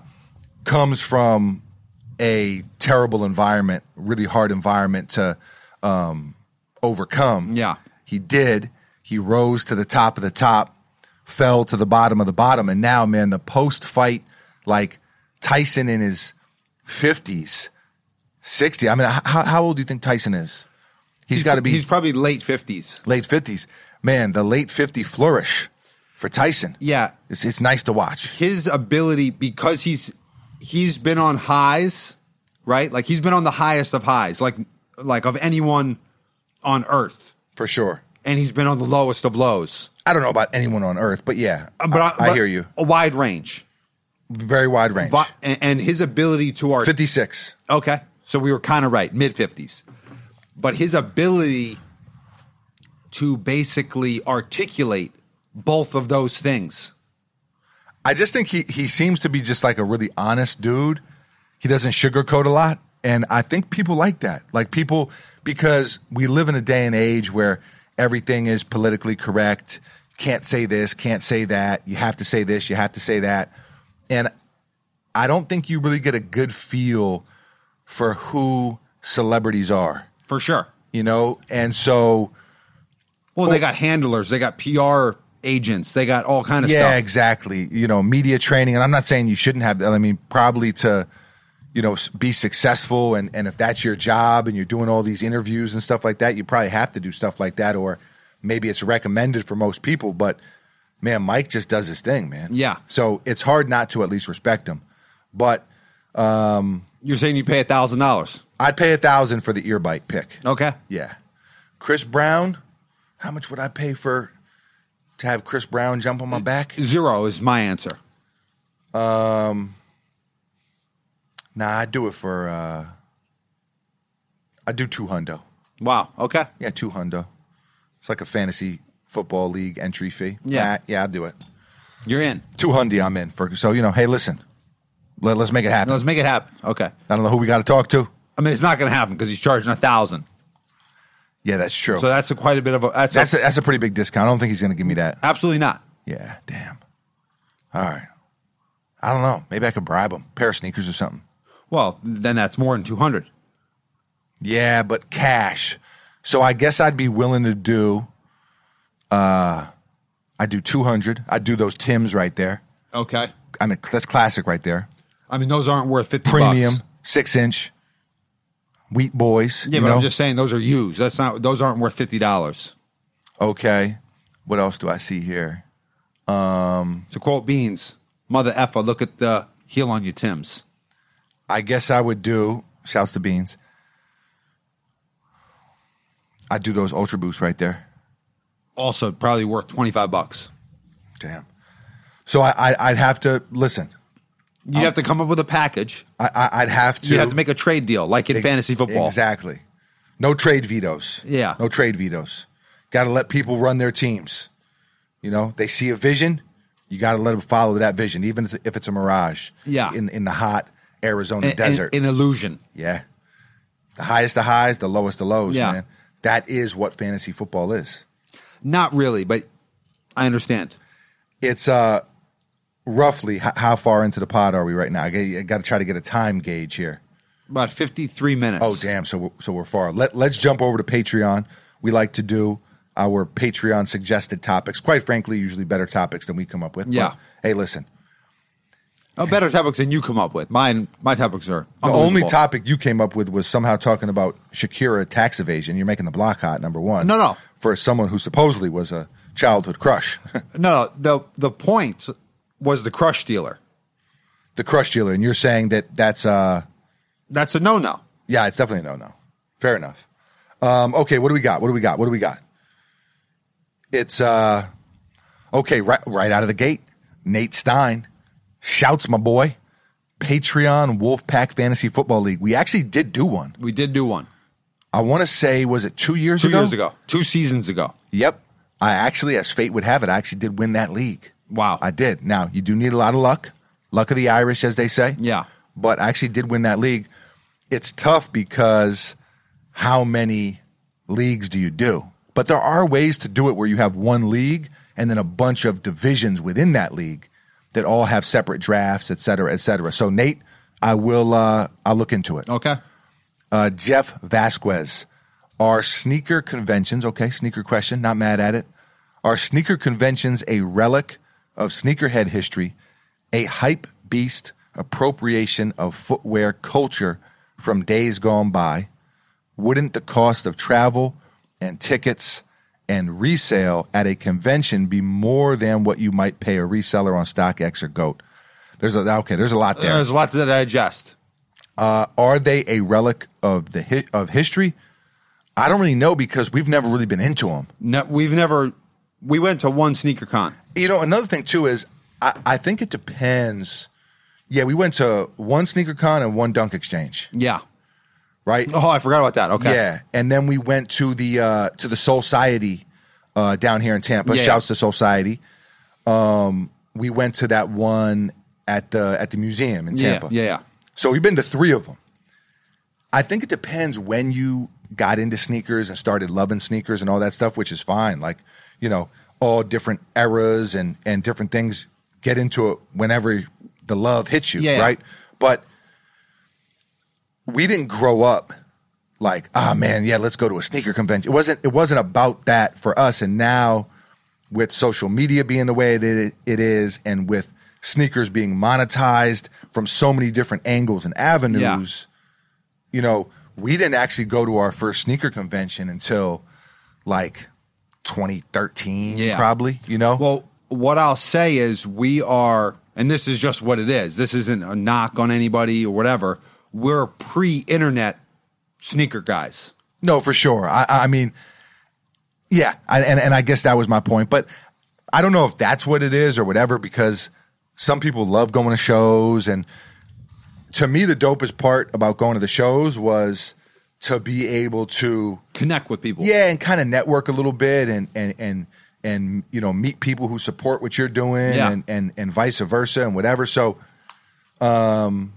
Speaker 1: comes from a terrible environment, really hard environment to um, overcome.
Speaker 3: Yeah.
Speaker 1: he did. He rose to the top of the top, fell to the bottom of the bottom, and now, man, the post fight, like Tyson in his fifties, sixty. I mean, h- how, how old do you think Tyson is? he's got to be
Speaker 3: He's probably late fifties.
Speaker 1: late fifties. Man, the late fifty flourish for Tyson.
Speaker 3: Yeah,
Speaker 1: It's, it's nice to watch.
Speaker 3: his ability because he's he's been on highs, right? Like he's been on the highest of highs, like like of anyone on earth,
Speaker 1: For sure.
Speaker 3: and he's been on the lowest of lows.
Speaker 1: I don't know about anyone on earth, but yeah,
Speaker 3: Uh,
Speaker 1: I, I
Speaker 3: but
Speaker 1: hear you.
Speaker 3: A wide range,
Speaker 1: Very wide range.
Speaker 3: but, and, and his ability to art.
Speaker 1: 56.
Speaker 3: Okay. So we were kind of right, mid 50s. But his ability to basically articulate both of those things.
Speaker 1: I just think he, he seems to be just like a really honest dude. He doesn't sugarcoat a lot. And I think people like that. Like people, because we live in a day and age where everything is politically correct. Can't say this, can't say that. You have to say this, you have to say that. And I don't think you really get a good feel for who celebrities are,
Speaker 3: For sure.
Speaker 1: you know? And so.
Speaker 3: Well, they got handlers, they got PR agents, they got all kind of
Speaker 1: yeah,
Speaker 3: stuff.
Speaker 1: exactly. You know, media training, and I'm not saying you shouldn't have that. I mean, probably to, you know, s- be successful, and and if that's your job, and you're doing all these interviews and stuff like that, you probably have to do stuff like that, or maybe it's recommended for most people. But man, Mike just does his thing, man.
Speaker 3: Yeah.
Speaker 1: So it's hard not to at least respect him, but
Speaker 3: You're saying you pay a thousand dollars.
Speaker 1: I'd pay a thousand for the ear bite pick.
Speaker 3: Okay.
Speaker 1: Yeah. Chris Brown, how much would I pay for to have Chris Brown jump on my back?
Speaker 3: Zero is my answer.
Speaker 1: Nah, I do it for. uh I do two hundo.
Speaker 3: Wow. Okay.
Speaker 1: Yeah, two hundo. It's like a fantasy football league entry fee.
Speaker 3: Yeah.
Speaker 1: Nah, yeah, I'll do it.
Speaker 3: You're in.
Speaker 1: Two hundy, I'm in for. So you know, hey, listen, let, us make it happen.
Speaker 3: Let's make it happen. Okay.
Speaker 1: I don't know who we got to talk to.
Speaker 3: I mean, it's not going to happen because he's charging a thousand.
Speaker 1: Yeah, that's true.
Speaker 3: So that's a quite a bit of a. That's,
Speaker 1: that's
Speaker 3: a,
Speaker 1: a, that's a pretty big discount. I don't think he's going to give me that.
Speaker 3: absolutely not.
Speaker 1: Yeah, damn. All right. I don't know. Maybe I could bribe him, pair of sneakers or something.
Speaker 3: Well, then that's more than two hundred.
Speaker 1: Yeah, but cash. So I guess I'd be willing to do. Uh, I do two hundred. I do those Tims right there.
Speaker 3: Okay.
Speaker 1: I mean, that's classic right there.
Speaker 3: I mean, those aren't worth fifty
Speaker 1: Premium
Speaker 3: bucks.
Speaker 1: six inch. Wheat boys.
Speaker 3: Yeah,
Speaker 1: you
Speaker 3: but
Speaker 1: know?
Speaker 3: I'm just saying those are used. That's not; those aren't worth fifty dollars.
Speaker 1: okay. What else do I see here?
Speaker 3: To quote Beans, "Mother effer, look at the heel on your Tims."
Speaker 1: I guess I would do. Shouts to Beans. I do those Ultra Boosts right there.
Speaker 3: Also, probably worth twenty five bucks.
Speaker 1: Damn. So I, I I'd have to listen.
Speaker 3: You'd have to come up with a package.
Speaker 1: I, I I'd have to.
Speaker 3: You'd have to make a trade deal, like in
Speaker 1: Ex-
Speaker 3: fantasy football.
Speaker 1: Exactly. No trade vetoes.
Speaker 3: Yeah.
Speaker 1: No trade vetoes. Got to let people run their teams. You know, they see a vision, You got to let them follow that vision, even if if it's a mirage.
Speaker 3: Yeah.
Speaker 1: In in the hot Arizona
Speaker 3: An-
Speaker 1: desert.
Speaker 3: an, an illusion.
Speaker 1: yeah. The highest the highs, the lowest the lows.
Speaker 3: Yeah.
Speaker 1: Man. That is what fantasy football is.
Speaker 3: Not really, but I understand.
Speaker 1: It's uh roughly h- how far into the pod are we right now? I got, to try to get a time gauge here.
Speaker 3: About 53 minutes.
Speaker 1: Oh damn! So we're, so we're far. Let Let's jump over to Patreon. We like to do our Patreon suggested topics. Quite frankly, usually better topics than we come up with.
Speaker 3: Yeah.
Speaker 1: But, hey, listen.
Speaker 3: Oh, better topics than you come up with. Mine, my topics are
Speaker 1: The only
Speaker 3: unbelievable.
Speaker 1: topic you came up with was somehow talking about Shakira tax evasion. You're making the block hot number one.
Speaker 3: No, no.
Speaker 1: For someone who supposedly was a childhood crush,
Speaker 3: No, the the point was the crush dealer.
Speaker 1: the crush dealer, and you're saying that that's uh
Speaker 3: That's a no no.
Speaker 1: yeah, it's definitely a no no. Fair enough. Um, okay, what do we got? What do we got? What do we got? It's uh okay, right right out of the gate. Nate Stein shouts, my boy. Patreon Wolfpack Fantasy Football League. We actually did do one.
Speaker 3: We did do one
Speaker 1: I want to say, was it two years
Speaker 3: two
Speaker 1: ago?
Speaker 3: years ago, two seasons ago.
Speaker 1: Yep. I actually, as fate would have it, I actually did win that league.
Speaker 3: Wow.
Speaker 1: I did. Now, you do need a lot of luck. Luck of the Irish, as they say.
Speaker 3: Yeah.
Speaker 1: But I actually did win that league. It's tough because how many leagues do you do? But there are ways to do it where you have one league and then a bunch of divisions within that league that all have separate drafts, et cetera, et cetera. So, Nate, I will, uh, I'll look into it
Speaker 3: Okay.
Speaker 1: uh, Jeff Vasquez. Are sneaker conventions, okay, sneaker question, not mad at it. Are sneaker conventions a relic of sneakerhead history, a hype beast appropriation of footwear culture from days gone by? Wouldn't the cost of travel and tickets and resale at a convention be more than what you might pay a reseller on StockX or GOAT? There's a, okay, there's a lot there
Speaker 3: There's a lot to digest.
Speaker 1: are they a relic of the hi- of history? I don't really know because we've never really been into them.
Speaker 3: No, we've never. We went to one sneaker con.
Speaker 1: You know, another thing too is I, I think it depends. Yeah, we went to one sneaker con and one dunk exchange,
Speaker 3: Yeah.
Speaker 1: right?
Speaker 3: Oh, I forgot about that. Okay.
Speaker 1: Yeah, and then we went to the uh, to the Society uh, down here in Tampa.
Speaker 3: Yeah,
Speaker 1: Shouts to Society. Um, we went to that one at the at the museum in
Speaker 3: Yeah.
Speaker 1: Tampa.
Speaker 3: Yeah. Yeah.
Speaker 1: So we've been to three of them. I think it depends when you got into sneakers and started loving sneakers and all that stuff, which is fine. Like, you know, all different eras and and different things get into it whenever the love hits you,
Speaker 3: Yeah.
Speaker 1: right? But we didn't grow up like, ah man, yeah, let's go to a sneaker convention. It wasn't it wasn't about that for us. And now with social media being the way that it- it is and with sneakers being monetized from so many different angles and avenues, you know, we didn't actually go to our first sneaker convention until like 2013
Speaker 3: Yeah.
Speaker 1: probably, you know?
Speaker 3: Well, what I'll say is we are, and this is just what it is. This isn't a knock on anybody or whatever. We're pre-internet sneaker guys.
Speaker 1: No, for sure. I, I mean, yeah, I, and and I guess that was my point. But I don't know if that's what it is or whatever, because some people love going to shows, and to me, the dopest part about going to the shows was to be able to
Speaker 3: Connect with people.
Speaker 1: yeah, and kind of network a little bit, and and and and you know meet people who support what you're doing,
Speaker 3: Yeah.
Speaker 1: and and and vice versa, and whatever. So, um,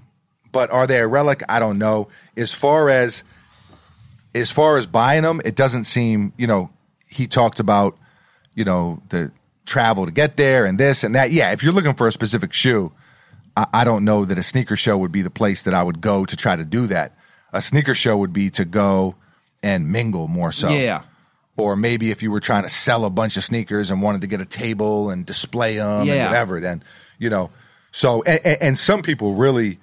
Speaker 1: but are they a relic? I don't know. As far as as far as buying them, it doesn't seem. You know, he talked about you know the travel to get there and this and that. Yeah, if you're looking for a specific shoe, I, I don't know that a sneaker show would be the place that I would go to try to do that. A sneaker show would be to go and mingle more so.
Speaker 3: Yeah.
Speaker 1: Or maybe if you were trying to sell a bunch of sneakers and wanted to get a table and display them and
Speaker 3: Yeah.
Speaker 1: whatever, then, you know. So, and, and, and some people really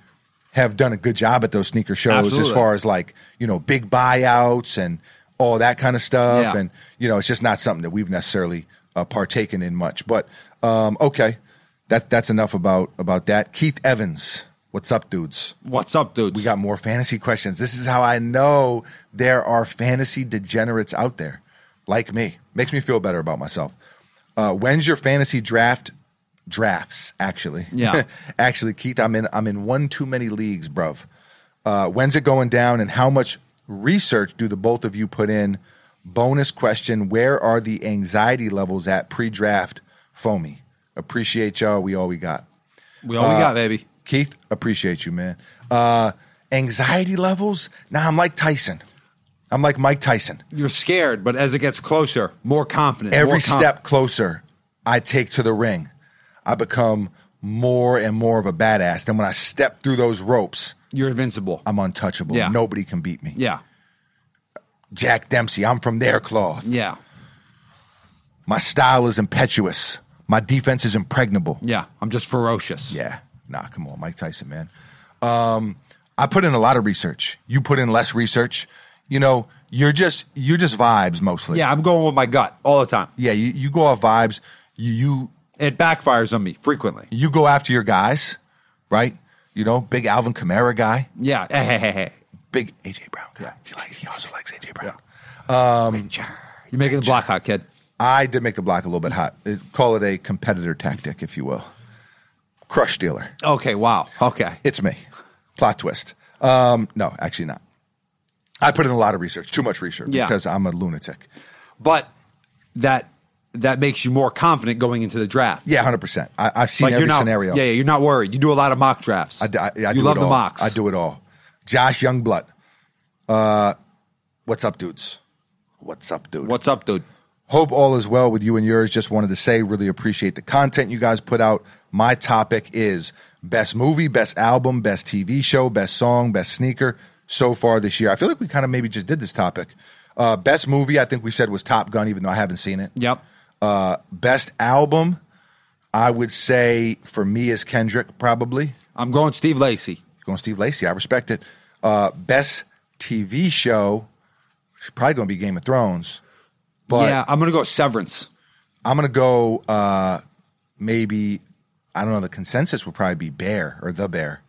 Speaker 1: have done a good job at those sneaker shows as
Speaker 3: Absolutely.
Speaker 1: far as like, you know, big buyouts and all that kind of stuff.
Speaker 3: Yeah.
Speaker 1: And, you know, it's just not something that we've necessarily uh, partaken in much. But um, okay, that that's enough about about that. Keith Evans, what's up, dudes?
Speaker 3: What's up, dudes?
Speaker 1: We got more fantasy questions. This is how I know there are fantasy degenerates out there, like me. Makes me feel better about myself. Uh, when's your fantasy draft? Drafts, actually.
Speaker 3: Yeah.
Speaker 1: actually, Keith, I'm in. I'm in one too many leagues, bruv. Uh, when's it going down, and how much research do the both of you put in? Bonus question: Where are the anxiety levels at pre-draft, foamy? Appreciate y'all. We all we got.
Speaker 3: We
Speaker 1: uh,
Speaker 3: all we got, baby.
Speaker 1: Keith, appreciate you, man. Uh, anxiety levels. Nah, I'm like Tyson. I'm like Mike Tyson.
Speaker 3: You're scared, but as it gets closer, more confident. more
Speaker 1: Every
Speaker 3: com-
Speaker 1: step closer I take to the ring, I become more and more of a badass. Then when I step through those ropes,
Speaker 3: you're invincible.
Speaker 1: I'm untouchable.
Speaker 3: Yeah.
Speaker 1: Nobody can beat me.
Speaker 3: yeah,
Speaker 1: Jack Dempsey, I'm from their cloth.
Speaker 3: yeah,
Speaker 1: My style is impetuous. My defense is impregnable.
Speaker 3: yeah. I'm just ferocious.
Speaker 1: Yeah. Nah, come on, Mike Tyson, man. Um, I put in a lot of research. You put in less research. You know, you're just you're just vibes mostly.
Speaker 3: yeah. I'm going with my gut all the time.
Speaker 1: Yeah, you, you go off vibes. You you
Speaker 3: It backfires on me frequently.
Speaker 1: you go after your guys, right? You know, big Alvin Kamara guy,
Speaker 3: Yeah. Eh, Hey, hey, hey, hey.
Speaker 1: big AJ Brown guy. He, like, he also likes AJ Brown. Um,
Speaker 3: You're making the block hot, kid.
Speaker 1: I did make the block a little bit hot. Uh, Call it a competitor tactic, if you will. Crush dealer.
Speaker 3: Okay. Wow. Okay.
Speaker 1: It's me. Plot twist. Um, no, actually not. I put in a lot of research, too much research,
Speaker 3: Yeah.
Speaker 1: because I'm a lunatic.
Speaker 3: But that that makes you more confident going into the draft.
Speaker 1: Yeah, hundred percent. I've seen
Speaker 3: Like
Speaker 1: every
Speaker 3: you're not,
Speaker 1: scenario.
Speaker 3: Yeah, yeah, you're not worried. You do a lot of mock drafts.
Speaker 1: I, d- I- I
Speaker 3: you
Speaker 1: do
Speaker 3: love
Speaker 1: it
Speaker 3: the
Speaker 1: all.
Speaker 3: mocks.
Speaker 1: I do it all. Josh Youngblood. Uh, what's up, dudes? What's up, dude?
Speaker 3: What's up, dude?
Speaker 1: Hope all is well with you and yours. Just wanted to say, really appreciate the content you guys put out. My topic is best movie, best album, best TV show, best song, best sneaker so far this year. I feel like we kind of maybe just did this topic. Uh, best movie, I think we said was Top Gun, even though I haven't seen it.
Speaker 3: Yep.
Speaker 1: Uh, best album, I would say for me is Kendrick, probably.
Speaker 3: I'm going Steve Lacey.
Speaker 1: Going Steve Lacey, I respect it. Uh, best TV show, it's probably going to be Game of Thrones. But
Speaker 3: yeah, I'm gonna go Severance.
Speaker 1: I'm gonna go uh maybe I don't know, the consensus would probably be bear or the bear.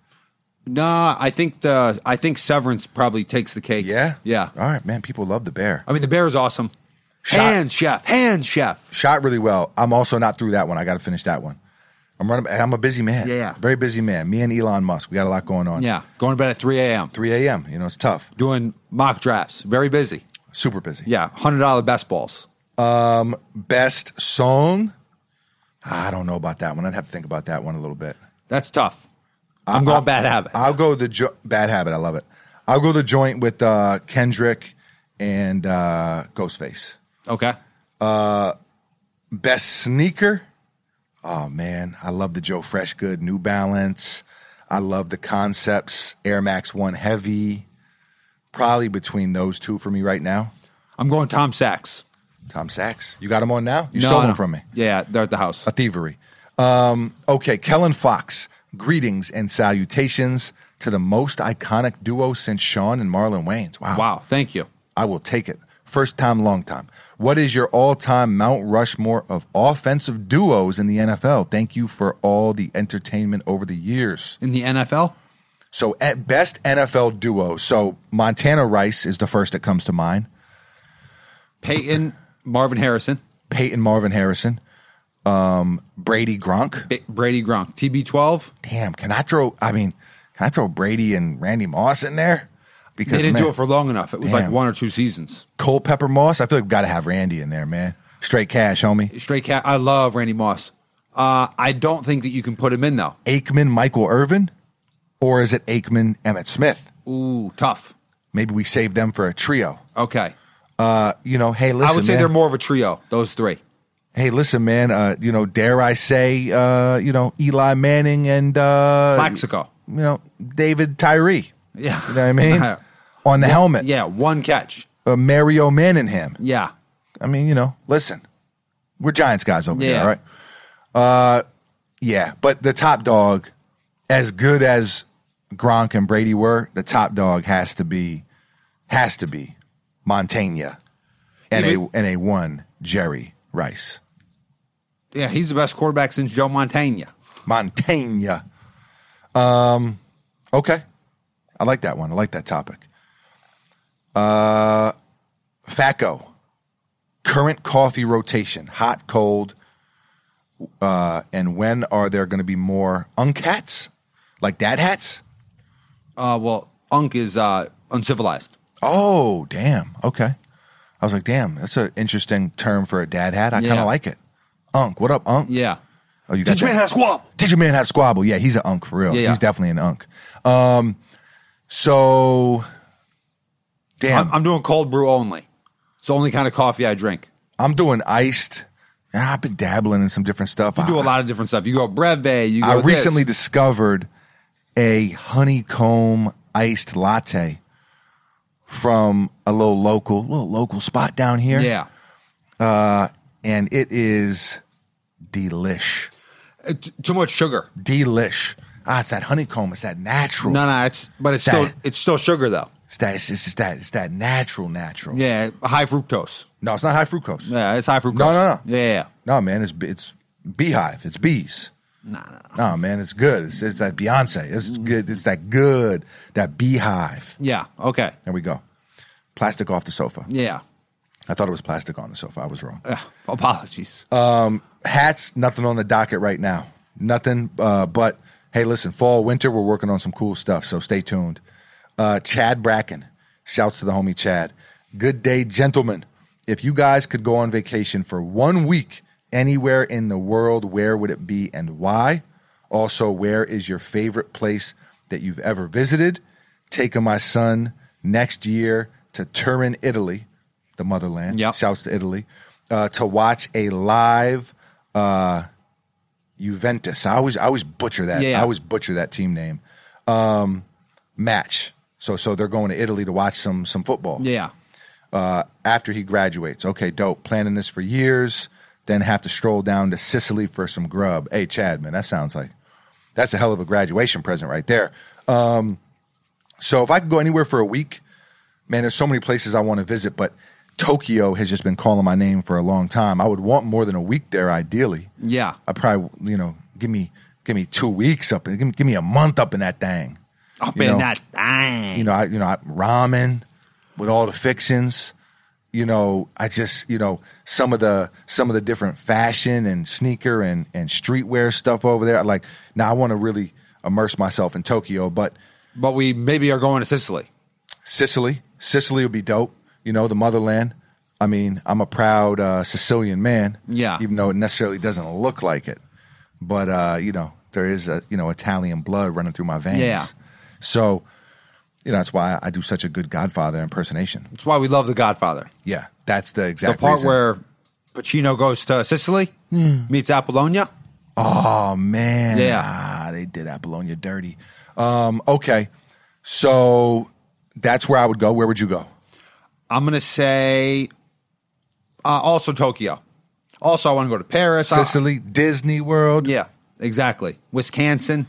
Speaker 3: Nah, I think the I think Severance probably takes the cake.
Speaker 1: Yeah?
Speaker 3: Yeah.
Speaker 1: All right, man, people love the bear.
Speaker 3: I mean the bear is awesome.
Speaker 1: Shot.
Speaker 3: Hands chef. Hands chef.
Speaker 1: Shot really well. I'm also not through that one. I gotta finish that one. I'm running I'm a busy man.
Speaker 3: Yeah.
Speaker 1: Very busy man. Me and Elon Musk. We got a lot going on.
Speaker 3: Yeah. Going to bed at three AM.
Speaker 1: Three AM, you know, it's tough.
Speaker 3: Doing mock drafts. Very busy.
Speaker 1: Super busy.
Speaker 3: Yeah. Hundred dollar best balls.
Speaker 1: Best song? I don't know about that one. I'd have to think about that one a little bit.
Speaker 3: That's tough. I'm going bad habit.
Speaker 1: I'll go the jo- bad habit. I love it. I'll go the joint with uh, Kendrick and uh, Ghostface.
Speaker 3: okay.
Speaker 1: Best sneaker? Oh man, I love the Joe Fresh Good New Balance. I love the concepts Air Max 1 Heavy. Probably between those two for me right now.
Speaker 3: I'm going Tom Sachs.
Speaker 1: Tom Sachs, you got him on now? You
Speaker 3: No,
Speaker 1: stole
Speaker 3: no.
Speaker 1: him from me.
Speaker 3: Yeah, they're at the house.
Speaker 1: A thievery. Um, okay, Kellen Fox, greetings and salutations to the most iconic duo since Sean and Marlon Wayans. Wow.
Speaker 3: Wow, thank you.
Speaker 1: I will take it. First time, long time. What is your all time Mount Rushmore of offensive duos in the NFL? Thank you for all the entertainment over the years.
Speaker 3: In the NFL?
Speaker 1: So, at best NFL duo. So, Montana Rice is the first that comes to mind.
Speaker 3: Peyton, Marvin Harrison,
Speaker 1: Peyton Marvin Harrison, um, Brady Gronk.
Speaker 3: B- Brady Gronk, TB12.
Speaker 1: Damn, can I throw? I mean, can I throw Brady and Randy Moss in there?
Speaker 3: They
Speaker 1: Because
Speaker 3: didn't
Speaker 1: man,
Speaker 3: do it for long enough. It was like
Speaker 1: Damn.
Speaker 3: one or two seasons.
Speaker 1: Cole Pepper Moss. I feel like we got to have Randy in there, man. Straight cash, homie.
Speaker 3: Straight cat. I love Randy Moss. Uh, I don't think that you can put him in though.
Speaker 1: Aikman Michael Irvin, or is it Aikman Emmett Smith?
Speaker 3: Ooh, tough.
Speaker 1: Maybe we save them for a trio.
Speaker 3: Okay,
Speaker 1: Uh, you know, hey, listen,
Speaker 3: I would say
Speaker 1: man.
Speaker 3: they're more of a trio. Those three.
Speaker 1: Hey, listen, man. Uh, you know, dare I say, uh, you know, Eli Manning and uh,
Speaker 3: Plaxico.
Speaker 1: You know, David Tyree.
Speaker 3: Yeah.
Speaker 1: you know what I mean. On the helmet,
Speaker 3: Yeah, one catch.
Speaker 1: Uh, Mario Manningham.
Speaker 3: Yeah,
Speaker 1: I mean, you know, listen, we're Giants guys over here,
Speaker 3: Yeah.
Speaker 1: all right? Uh, yeah, but the top dog, as good as Gronk and Brady were, the top dog has to be has to be Montaigne and
Speaker 3: Even-
Speaker 1: a and a one Jerry Rice.
Speaker 3: yeah. He's the best quarterback since Joe Montana.
Speaker 1: Montaigne. Um, okay, I like that one. I like that topic. Uh, Facco, current coffee rotation, hot, cold, uh, and when are there going to be more uncats like dad hats?
Speaker 3: Uh, well, Unk is uh, uncivilized.
Speaker 1: Oh, damn. Okay, I was like, damn, that's an interesting term for a dad hat. I kind
Speaker 3: Yeah.
Speaker 1: of like it. Unk, what up, Unk?
Speaker 3: Yeah,
Speaker 1: Oh, you got
Speaker 3: Teach
Speaker 1: that?
Speaker 3: man how to squabble.
Speaker 1: Teach a man how to squabble. Yeah, he's an unk for real.
Speaker 3: Yeah, yeah.
Speaker 1: He's definitely an unk. Um, so, damn,
Speaker 3: I'm, I'm doing cold brew only. It's the only kind of coffee I drink.
Speaker 1: I'm doing iced. Ah, I've been dabbling in some different stuff.
Speaker 3: You do a
Speaker 1: I-
Speaker 3: lot of different stuff. You go breve. You go.
Speaker 1: I
Speaker 3: this.
Speaker 1: recently discovered a honeycomb iced latte from a little local, little local spot down here.
Speaker 3: Yeah.
Speaker 1: and it is delish,
Speaker 3: Uh, t- too much sugar.
Speaker 1: delish. Ah, it's that honeycomb. It's that natural.
Speaker 3: No, no. It's but it's still
Speaker 1: That-
Speaker 3: it's still sugar though.
Speaker 1: It's that. It's, it's that. It's that natural, natural.
Speaker 3: Yeah, high fructose.
Speaker 1: No, it's not high fructose.
Speaker 3: Yeah, it's high fructose.
Speaker 1: No, no, no.
Speaker 3: Yeah, yeah.
Speaker 1: No, man, it's it's beehive. It's bees.
Speaker 3: Nah, nah.
Speaker 1: No, man, it's good. It's, it's that Beyonce. It's good. It's that good. That beehive.
Speaker 3: yeah. Okay.
Speaker 1: There we go. Plastic off the sofa.
Speaker 3: Yeah.
Speaker 1: I thought it was plastic on the sofa. I was wrong.
Speaker 3: Ugh, apologies.
Speaker 1: Uh, Hats, nothing on the docket right now. Nothing. Uh, but hey, listen, fall, winter, we're working on some cool stuff. So stay tuned. Uh, Chad Bracken, shouts to the homie Chad. Good day, gentlemen. If you guys could go on vacation for one week anywhere in the world, where would it be and why? Also, where is your favorite place that you've ever visited? Taking my son next year to Turin, Italy, the motherland.
Speaker 3: Yep.
Speaker 1: Shouts to Italy. Uh, to watch a live uh, Juventus. I always I always butcher that.
Speaker 3: Yeah.
Speaker 1: I always butcher that team name. Um, match. So so they're going to Italy to watch some some football
Speaker 3: yeah.
Speaker 1: uh, after he graduates. Okay, dope. Planning this for years, then have to stroll down to Sicily for some grub. Hey, Chad, man, that sounds like that's a hell of a graduation present right there. Um, so if I could go anywhere for a week, man, there's so many places I want to visit, but Tokyo has just been calling my name for a long time. I would want more than a week there, ideally.
Speaker 3: Yeah.
Speaker 1: I probably, you know, give me give me two weeks up, give me, give me a month up in that thing
Speaker 3: Up
Speaker 1: you
Speaker 3: in
Speaker 1: know,
Speaker 3: that thing.
Speaker 1: you know, I, you know, I, ramen with all the fixings. You know, I just, you know, some of the some of the different fashion and sneaker and and streetwear stuff over there. Like, now I want to really immerse myself in Tokyo, but
Speaker 3: but we maybe are going to Sicily.
Speaker 1: Sicily, Sicily would be dope. You know, the motherland. I mean, I'm a proud uh, Sicilian man.
Speaker 3: Yeah.
Speaker 1: even though it necessarily doesn't look like it, but uh, you know, there is a you know Italian blood running through my veins.
Speaker 3: Yeah.
Speaker 1: So, you know, that's why I do such a good Godfather impersonation.
Speaker 3: That's why we love The Godfather.
Speaker 1: Yeah, that's the
Speaker 3: The
Speaker 1: exact
Speaker 3: part
Speaker 1: reason.
Speaker 3: where Pacino goes to Sicily,
Speaker 1: Hmm.
Speaker 3: meets Apollonia.
Speaker 1: oh man,
Speaker 3: Yeah.
Speaker 1: ah, they did Apollonia dirty. Um, okay, so that's where I would go. Where would you go?
Speaker 3: I'm gonna say uh, also Tokyo. Also, I want to go to Paris. I-
Speaker 1: Sicily, Disney World.
Speaker 3: yeah, exactly. Wisconsin.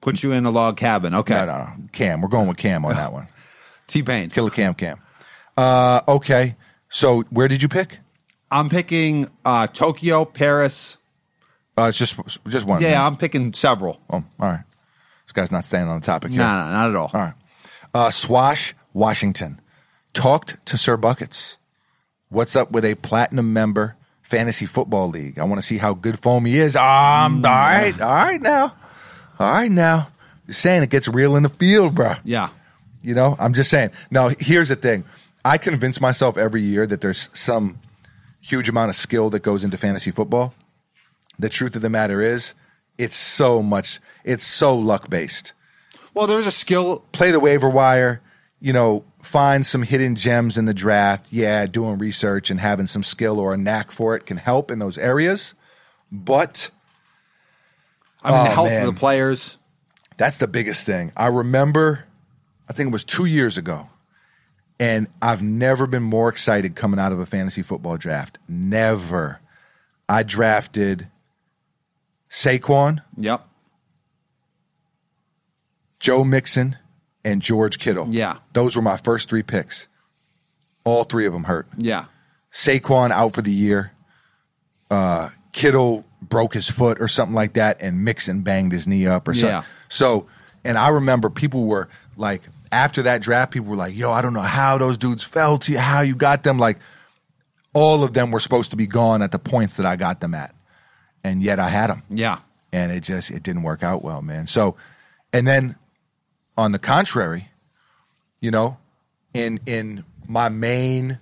Speaker 3: Put you in a log cabin. Okay.
Speaker 1: No, no, no. Cam. We're going with Cam on that one.
Speaker 3: T Pain.
Speaker 1: Killer Cam Cam. Uh, okay. So where did you pick?
Speaker 3: I'm picking uh, Tokyo, Paris.
Speaker 1: Uh, it's just just one.
Speaker 3: Yeah, I'm picking several.
Speaker 1: Oh, all right. This guy's not staying on the topic here.
Speaker 3: No, no, not at all.
Speaker 1: All right. Uh, Swash Washington talked to Sir Buckets. What's up with a platinum member fantasy football league? I want to see how good foamy is. Um, all right, all right now, all right now. You're saying it gets real in the field, bruh.
Speaker 3: Yeah.
Speaker 1: You know, I'm just saying. Now, here's the thing. I convince myself every year that there's some huge amount of skill that goes into fantasy football. The truth of the matter is, it's so much, it's so luck based.
Speaker 3: Well, there's a skill.
Speaker 1: Play the waiver wire, you know, find some hidden gems in the draft. Yeah, doing research and having some skill or a knack for it can help in those areas. But
Speaker 3: I mean,
Speaker 1: Oh,
Speaker 3: the health
Speaker 1: man.
Speaker 3: of the players.
Speaker 1: That's the biggest thing. I remember, I think it was two years ago, and I've never been more excited coming out of a fantasy football draft. Never. I drafted Saquon,
Speaker 3: Yep.
Speaker 1: Joe Mixon, and George Kittle.
Speaker 3: Yeah.
Speaker 1: Those were my first three picks. All three of them hurt.
Speaker 3: Yeah.
Speaker 1: Saquon out for the year. Uh, Kittle broke his foot or something like that, and Mixon banged his knee up or something.
Speaker 3: Yeah.
Speaker 1: So, and I remember people were like, after that draft, people were like, yo, I don't know how those dudes fell to you, how you got them. Like, all of them were supposed to be gone at the points that I got them at. And yet I had them
Speaker 3: Yeah.
Speaker 1: and it just it didn't work out well, man. So, and then on the contrary, you know, in in my main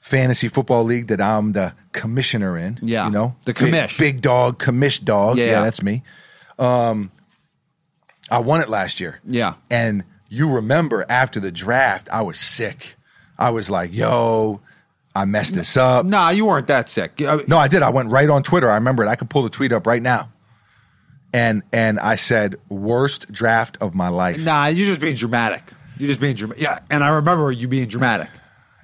Speaker 1: fantasy football league that I'm the commissioner in.
Speaker 3: Yeah.
Speaker 1: You know?
Speaker 3: The
Speaker 1: Big-
Speaker 3: commish.
Speaker 1: Big, dog, commish dog.
Speaker 3: Yeah,
Speaker 1: Yeah,
Speaker 3: yeah.
Speaker 1: that's me. Um I won it last year.
Speaker 3: Yeah.
Speaker 1: And you remember after the draft, I was sick. I was like, yo, I messed this up.
Speaker 3: Nah, you weren't that sick. I-
Speaker 1: No, I did. I went right on Twitter. I remember it. I could pull the tweet up right now. And and I said, worst draft of my life.
Speaker 3: Nah, you're just being dramatic. You're just being dramatic. Yeah, and I remember you being dramatic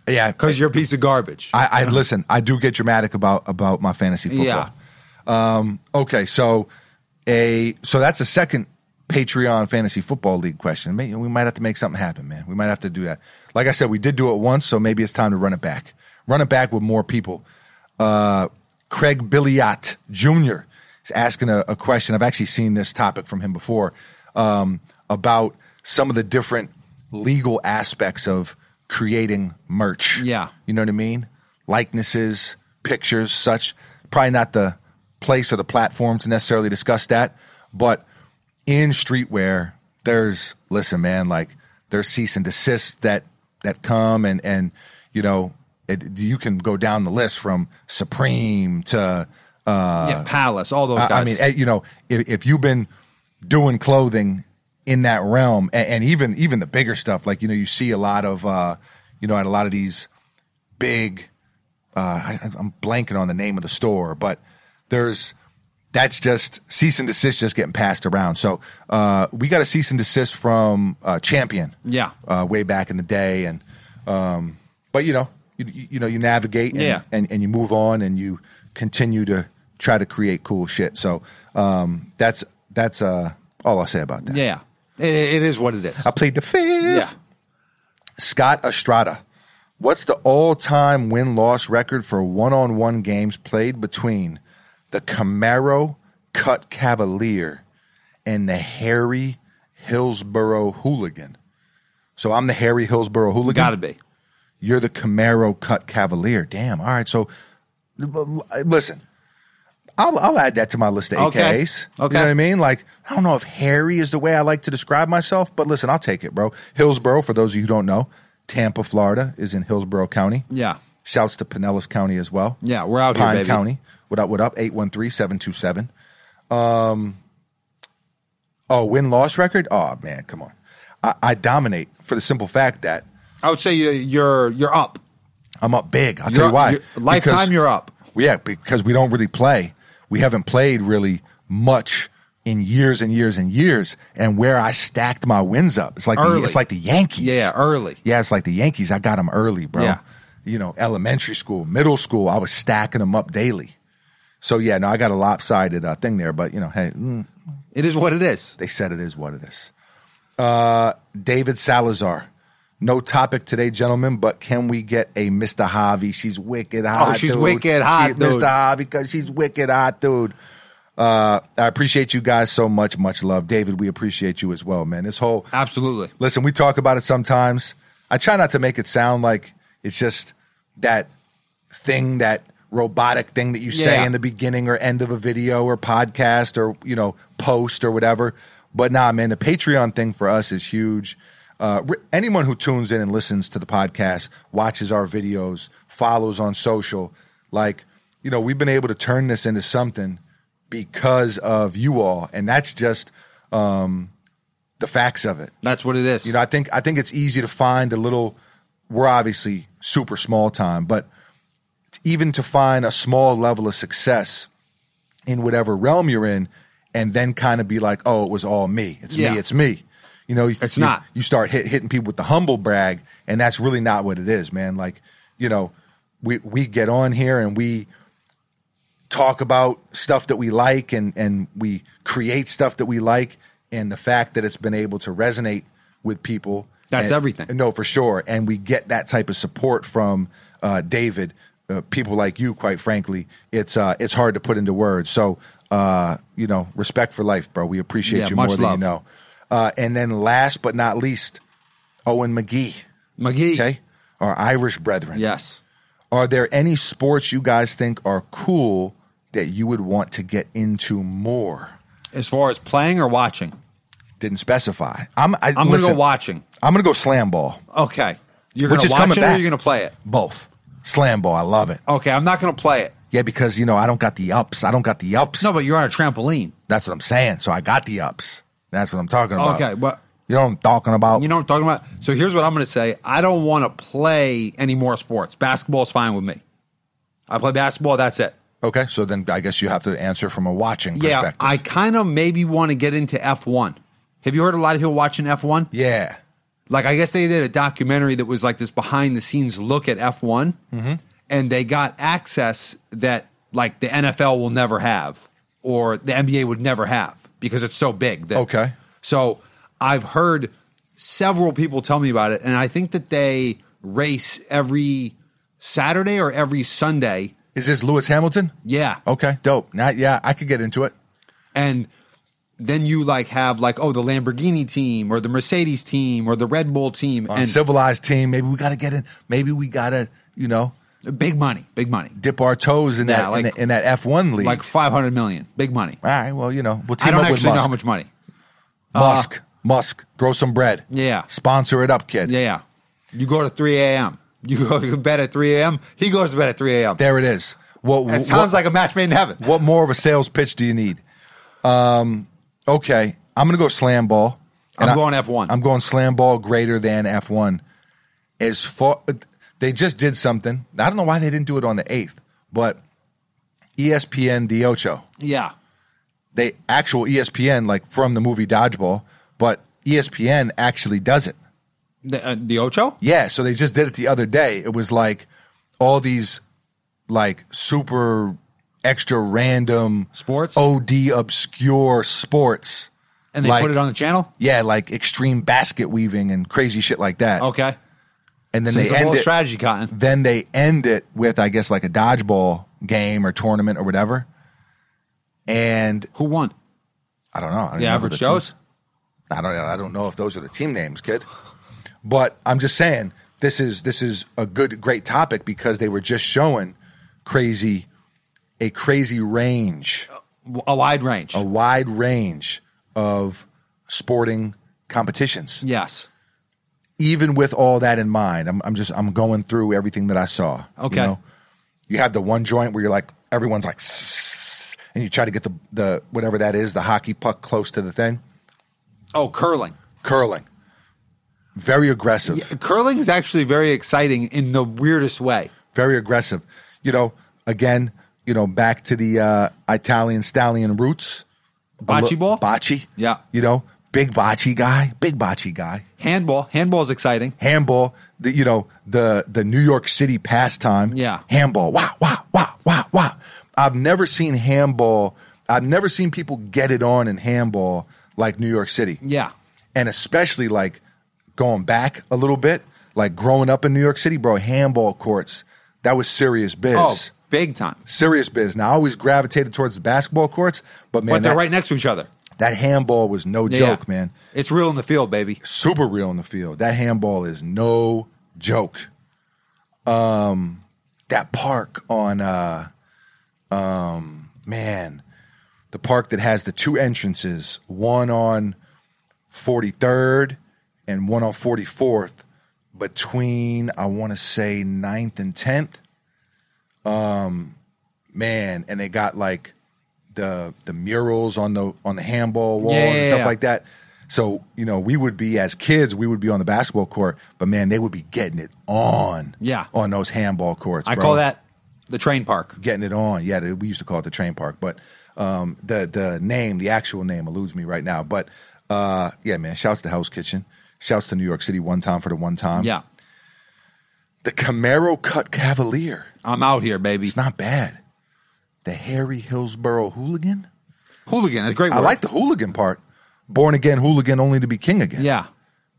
Speaker 1: Yeah,
Speaker 3: because you're a piece of garbage.
Speaker 1: I, I listen. I do get dramatic about about my fantasy football.
Speaker 3: Yeah.
Speaker 1: Okay, so a so that's a second Patreon fantasy football league question. Maybe we might have to make something happen, man. We might have to do that. Like I said, we did do it once, so maybe it's time to run it back. Run it back with more people. Uh, Craig Billiot Jr. is asking a, a question. I've actually seen this topic from him before um, about some of the different legal aspects of creating merch.
Speaker 3: Yeah.
Speaker 1: You know what I mean? Likenesses, pictures, such. Probably not the place or the platform to necessarily discuss that, but in streetwear, there's listen, man, like there's cease and desist that that come and and you know it, you can go down the list from Supreme to
Speaker 3: yeah, Palace, all those guys.
Speaker 1: I, I mean, eh, you know, if, if you've been doing clothing in that realm, and, and even even the bigger stuff, like you know, you see a lot of, uh, you know, at a lot of these big, uh, I, I'm blanking on the name of the store, but there's that's just cease and desist just getting passed around. So uh, we got a cease and desist from uh, Champion,
Speaker 3: Yeah.
Speaker 1: uh, way back in the day, and um, but you know, you, you you know, you navigate, and,
Speaker 3: Yeah.
Speaker 1: and and you move on, and you continue to try to create cool shit. So um, that's that's uh, all I'll say about that.
Speaker 3: yeah, it, it is what it is.
Speaker 1: I played the fifth.
Speaker 3: Yeah,
Speaker 1: Scott Estrada. What's the all-time win-loss record for one-on-one games played between the Camaro Cut Cavalier and the Harry Hillsborough Hooligan? So I'm the Harry Hillsborough Hooligan.
Speaker 3: gotta be.
Speaker 1: You're the Camaro Cut Cavalier. Damn. All right. So l- l- listen, I'll, I'll add that to my list of
Speaker 3: Okay.
Speaker 1: AKs.
Speaker 3: Okay.
Speaker 1: You know what I mean? Like, I don't know if Harry is the way I like to describe myself, but listen, I'll take it, bro. Hillsborough, for those of you who don't know, Tampa, Florida is in Hillsborough County.
Speaker 3: Yeah,
Speaker 1: Shouts to Pinellas County as well.
Speaker 3: Yeah, we're out here,
Speaker 1: Pine
Speaker 3: baby.
Speaker 1: County. What up, what up? 813 727. Um, oh, win loss record? Oh, man, come on. I, I dominate for the simple fact that
Speaker 3: I would say you- you're you're up.
Speaker 1: I'm up big. I'll
Speaker 3: You're
Speaker 1: tell you why.
Speaker 3: you're- lifetime,
Speaker 1: Because-
Speaker 3: you're up.
Speaker 1: Yeah, because we don't really play. We haven't played really much in years and years and years. And where I stacked my wins up, it's like the,
Speaker 3: Early.
Speaker 1: it's like the Yankees.
Speaker 3: Yeah, early.
Speaker 1: Yeah, it's like the Yankees. I got them early, bro.
Speaker 3: Yeah.
Speaker 1: You know, elementary school, middle school, I was stacking them up daily. So yeah, no, I got a lopsided uh, thing there, but you know, hey, mm,
Speaker 3: It is what it is.
Speaker 1: they said it is what it is. Uh, David Salazar. No topic today, gentlemen, but can we get a Mr. Javi? She's wicked hot.
Speaker 3: Oh, she's
Speaker 1: dude.
Speaker 3: wicked hot, dude.
Speaker 1: Mr. Javi, because she's wicked hot, dude. Uh, I appreciate you guys so much. Much love. David, we appreciate you as well, man. This whole
Speaker 3: Absolutely.
Speaker 1: listen, we talk about it sometimes. I try not to make it sound like it's just that thing, that robotic thing that you say
Speaker 3: Yeah.
Speaker 1: in the beginning or end of a video or podcast or, you know, post or whatever. But nah, man, the Patreon thing for us is huge. Uh, re- anyone who tunes in and listens to the podcast, watches our videos, follows on social, like, you know, we've been able to turn this into something because of you all. And that's just um, the facts of it.
Speaker 3: That's what it is.
Speaker 1: You know, I think I think it's easy to find a little. We're obviously super small time, but even to find a small level of success in whatever realm you're in, and then kind of be like, "Oh, it was all me. It's
Speaker 3: Yeah.
Speaker 1: me. It's me." You know,
Speaker 3: It's
Speaker 1: you-
Speaker 3: not.
Speaker 1: You start hit, hitting people with the humble brag, and that's really not what it is, man. Like, you know, we we get on here and we talk about stuff that we like and and we create stuff that we like and the fact that it's been able to resonate with people
Speaker 3: That's
Speaker 1: and-
Speaker 3: everything.
Speaker 1: no for sure and we get that type of support from uh, david uh, people like you quite frankly it's uh it's hard to put into words so uh you know respect for life bro we appreciate
Speaker 3: Yeah,
Speaker 1: you
Speaker 3: much
Speaker 1: more than you
Speaker 3: love.
Speaker 1: know uh and then last but not least owen mcgee
Speaker 3: McGee.
Speaker 1: okay our irish brethren
Speaker 3: Yes.
Speaker 1: are there any sports you guys think are cool that you would want to get into more?
Speaker 3: As far as playing or watching,
Speaker 1: Didn't specify. I'm. I,
Speaker 3: I'm
Speaker 1: listen,
Speaker 3: gonna go watching.
Speaker 1: I'm gonna go slam ball.
Speaker 3: Okay. You're
Speaker 1: Which
Speaker 3: gonna
Speaker 1: is
Speaker 3: watch
Speaker 1: coming
Speaker 3: it or
Speaker 1: back.
Speaker 3: you're gonna play it.
Speaker 1: Both. Slam ball. I love it.
Speaker 3: Okay, I'm not going to play it.
Speaker 1: Yeah, because you know I don't got the ups. I don't got the ups.
Speaker 3: No, but you're on a trampoline.
Speaker 1: that's what I'm saying. So I got the ups. That's what I'm talking about.
Speaker 3: Okay, but
Speaker 1: you know what I'm talking about.
Speaker 3: you know what I'm talking about? So here's what I'm going to say. I don't want to play any more sports. Basketball's fine with me. I play basketball, that's it.
Speaker 1: Okay, so then I guess you have to answer from a watching
Speaker 3: Yeah,
Speaker 1: perspective.
Speaker 3: I kind of maybe want to get into F1. Have you heard a lot of people watching F1?
Speaker 1: yeah,
Speaker 3: Like, I guess they did a documentary that was like this behind the scenes look at F1,
Speaker 1: Mm-hmm.
Speaker 3: and they got access that like the NFL will never have or the NBA would never have because it's so big. That,
Speaker 1: Okay.
Speaker 3: So I've heard several people tell me about it, and I think that they race every Saturday or every Sunday.
Speaker 1: is this Lewis Hamilton?
Speaker 3: Yeah.
Speaker 1: Okay, dope. Now, yeah, I could get into it.
Speaker 3: and then you like have like oh the Lamborghini team or the Mercedes team or the Red Bull team
Speaker 1: On
Speaker 3: and
Speaker 1: civilized team, maybe we got to get in. Maybe we got to, you know,
Speaker 3: big money, big money,
Speaker 1: dip our toes in
Speaker 3: Yeah,
Speaker 1: that in,
Speaker 3: like-
Speaker 1: the- in that F one league.
Speaker 3: like five hundred million, big money.
Speaker 1: all right, well, you know, we'll team
Speaker 3: I don't
Speaker 1: up with
Speaker 3: actually know
Speaker 1: Musk.
Speaker 3: how much money.
Speaker 1: Musk, Musk, throw some bread.
Speaker 3: Yeah.
Speaker 1: sponsor it up, kid.
Speaker 3: Yeah, yeah. You go to three a.m. You go to bed at three a.m. He goes to bed at three a.m.
Speaker 1: There it is. What
Speaker 3: It sounds like a match made in heaven.
Speaker 1: what more of a sales pitch do you need? Um, okay, I'm gonna go slam ball.
Speaker 3: I'm
Speaker 1: And I-
Speaker 3: going F1.
Speaker 1: I'm going slam ball greater than F1. As far they just did something. I don't know why they didn't do it on the eighth, but E ESPN the Ocho.
Speaker 3: yeah,
Speaker 1: They actual E ESPN like from the movie Dodgeball, but E ESPN actually does it.
Speaker 3: the, uh, the Ocho.
Speaker 1: Yeah, so they just did it the other day. It was like all these like super extra random
Speaker 3: Sports?
Speaker 1: OD obscure sports.
Speaker 3: And they
Speaker 1: Oh, Like-
Speaker 3: put it on the channel.
Speaker 1: Yeah, like extreme basket weaving and crazy shit like that.
Speaker 3: Okay,
Speaker 1: And then
Speaker 3: so it's
Speaker 1: they
Speaker 3: a whole
Speaker 1: end it,
Speaker 3: strategy, Cotton.
Speaker 1: then they end it with I guess like a dodgeball game or tournament or whatever. And
Speaker 3: Who won?
Speaker 1: I don't know. I don't
Speaker 3: The
Speaker 1: know who
Speaker 3: average
Speaker 1: team-
Speaker 3: shows.
Speaker 1: I don't I don't know if those are the team names, kid. But I'm just saying this is this is a good great topic because they were just showing crazy a crazy range,
Speaker 3: A wide range.
Speaker 1: a wide range of sporting competitions.
Speaker 3: Yes.
Speaker 1: Even with all that in mind, I'm, I'm just I'm going through everything that I saw.
Speaker 3: Okay.
Speaker 1: You, You have the one joint where you're like everyone's like and you try to get the the whatever that is, the hockey puck close to the thing.
Speaker 3: Oh, curling.
Speaker 1: Curling. Very aggressive.
Speaker 3: Curling is actually very exciting in the weirdest way.
Speaker 1: very aggressive. You know, again, you know, back to the uh, Italian stallion roots. A
Speaker 3: Bocce
Speaker 1: li-
Speaker 3: ball?
Speaker 1: bocce.
Speaker 3: Yeah.
Speaker 1: you know, big bocce guy, big bocce guy.
Speaker 3: Handball. Handball is exciting.
Speaker 1: Handball, the, you know, the the New York City pastime.
Speaker 3: Yeah.
Speaker 1: handball. Wow, wow, wow, wow, wow. I've never seen handball. I've never seen people get it on in handball like New York City
Speaker 3: Yeah.
Speaker 1: and especially like going back a little bit, like growing up in New York City, bro, handball courts, that was serious biz.
Speaker 3: Oh, big time.
Speaker 1: Serious biz. Now I always gravitated towards the basketball courts, but man,
Speaker 3: but they're
Speaker 1: that,
Speaker 3: right next to each other.
Speaker 1: that handball was no
Speaker 3: Yeah.
Speaker 1: joke, man.
Speaker 3: It's real in the field, baby.
Speaker 1: Super real in the field. That handball is no joke. Um that park on uh um man, the park that has the two entrances, one on 43rd and one on 44th between I want to say 9th and 10th um man and they got like the the murals on the on the handball walls
Speaker 3: Yeah,
Speaker 1: and
Speaker 3: yeah,
Speaker 1: stuff
Speaker 3: yeah.
Speaker 1: like that so you know we would be as kids we would be on the basketball court but man they would be getting it on
Speaker 3: Yeah.
Speaker 1: on those handball courts
Speaker 3: I
Speaker 1: bro
Speaker 3: call that the train park.
Speaker 1: getting it on. Yeah, the- we used to call it the train park, but um, the the name, the actual name, eludes me right now. But uh, yeah, man, shouts to Hell's Kitchen. Shouts to New York City one time for the one time.
Speaker 3: Yeah.
Speaker 1: the Camaro Cut Cavalier.
Speaker 3: I'm out here, baby.
Speaker 1: It's not bad. The Harry Hillsborough Hooligan.
Speaker 3: Hooligan. It's a great.
Speaker 1: I
Speaker 3: word.
Speaker 1: like the hooligan part. Born again hooligan, only to be king again.
Speaker 3: Yeah.
Speaker 1: you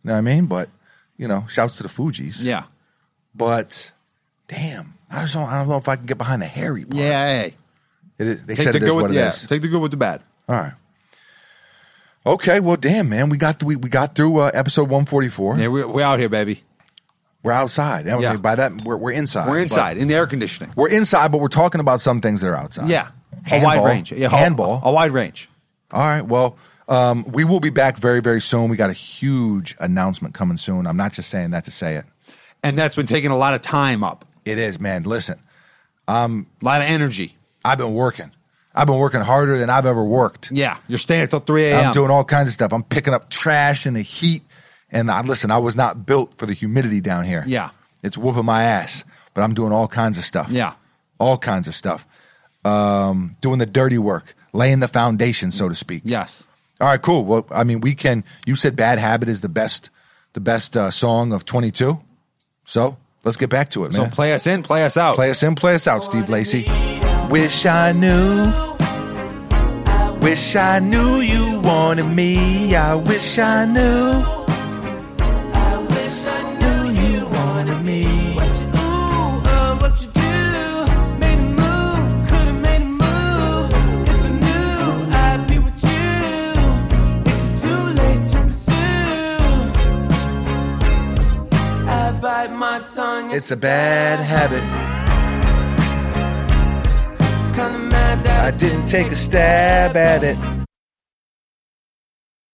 Speaker 1: know what I mean. But you know, shouts to the Fugees.
Speaker 3: Yeah.
Speaker 1: but damn, I just don't. I don't know if I can get behind the Harry part.
Speaker 3: Yeah. Hey.
Speaker 1: It is- they
Speaker 3: Take
Speaker 1: said
Speaker 3: the
Speaker 1: it is
Speaker 3: good
Speaker 1: what
Speaker 3: with
Speaker 1: it
Speaker 3: yeah.
Speaker 1: is.
Speaker 3: Take the good with the bad.
Speaker 1: All right. Okay, well, damn, man, we got we, we got through uh, episode one forty four.
Speaker 3: Yeah, we're, we're out here, baby.
Speaker 1: We're outside. I mean,
Speaker 3: Yeah.
Speaker 1: By that, we're, we're inside.
Speaker 3: We're
Speaker 1: But-
Speaker 3: inside in the air conditioning.
Speaker 1: we're inside, but we're talking about some things that are outside.
Speaker 3: Yeah.
Speaker 1: handball,
Speaker 3: a wide range. Yeah. a-
Speaker 1: handball.
Speaker 3: A, wide range.
Speaker 1: All right. Well, um, we will be back very very soon. We got a huge announcement coming soon. I'm not just saying that to say it.
Speaker 3: And that's been taking a lot of time up.
Speaker 1: It is, man. Listen,
Speaker 3: A lot of energy.
Speaker 1: I've been working. I've been working harder than I've ever worked.
Speaker 3: Yeah, you're staying till 3 a.m.
Speaker 1: I'm doing all kinds of stuff. I'm picking up trash in the heat. And I listen, I was not built for the humidity down here.
Speaker 3: Yeah.
Speaker 1: It's whooping my ass, but I'm doing all kinds of stuff.
Speaker 3: Yeah.
Speaker 1: All kinds of stuff. Um, doing the dirty work, laying the foundation, so to speak.
Speaker 3: Yes.
Speaker 1: All right, cool. Well, I mean, we can. You said "Bad Habit" is the best, the best uh, song of 22. So let's get back to it,
Speaker 3: So
Speaker 1: man.
Speaker 3: play us in, play us out.
Speaker 1: play us in, play us out, Steve Lacey. Wish I knew. Wish I knew you wanted me. I wish I knew.
Speaker 2: uh, My tongue
Speaker 1: It's a bad habit.
Speaker 2: kind of mad that
Speaker 1: I didn't take a stab at it.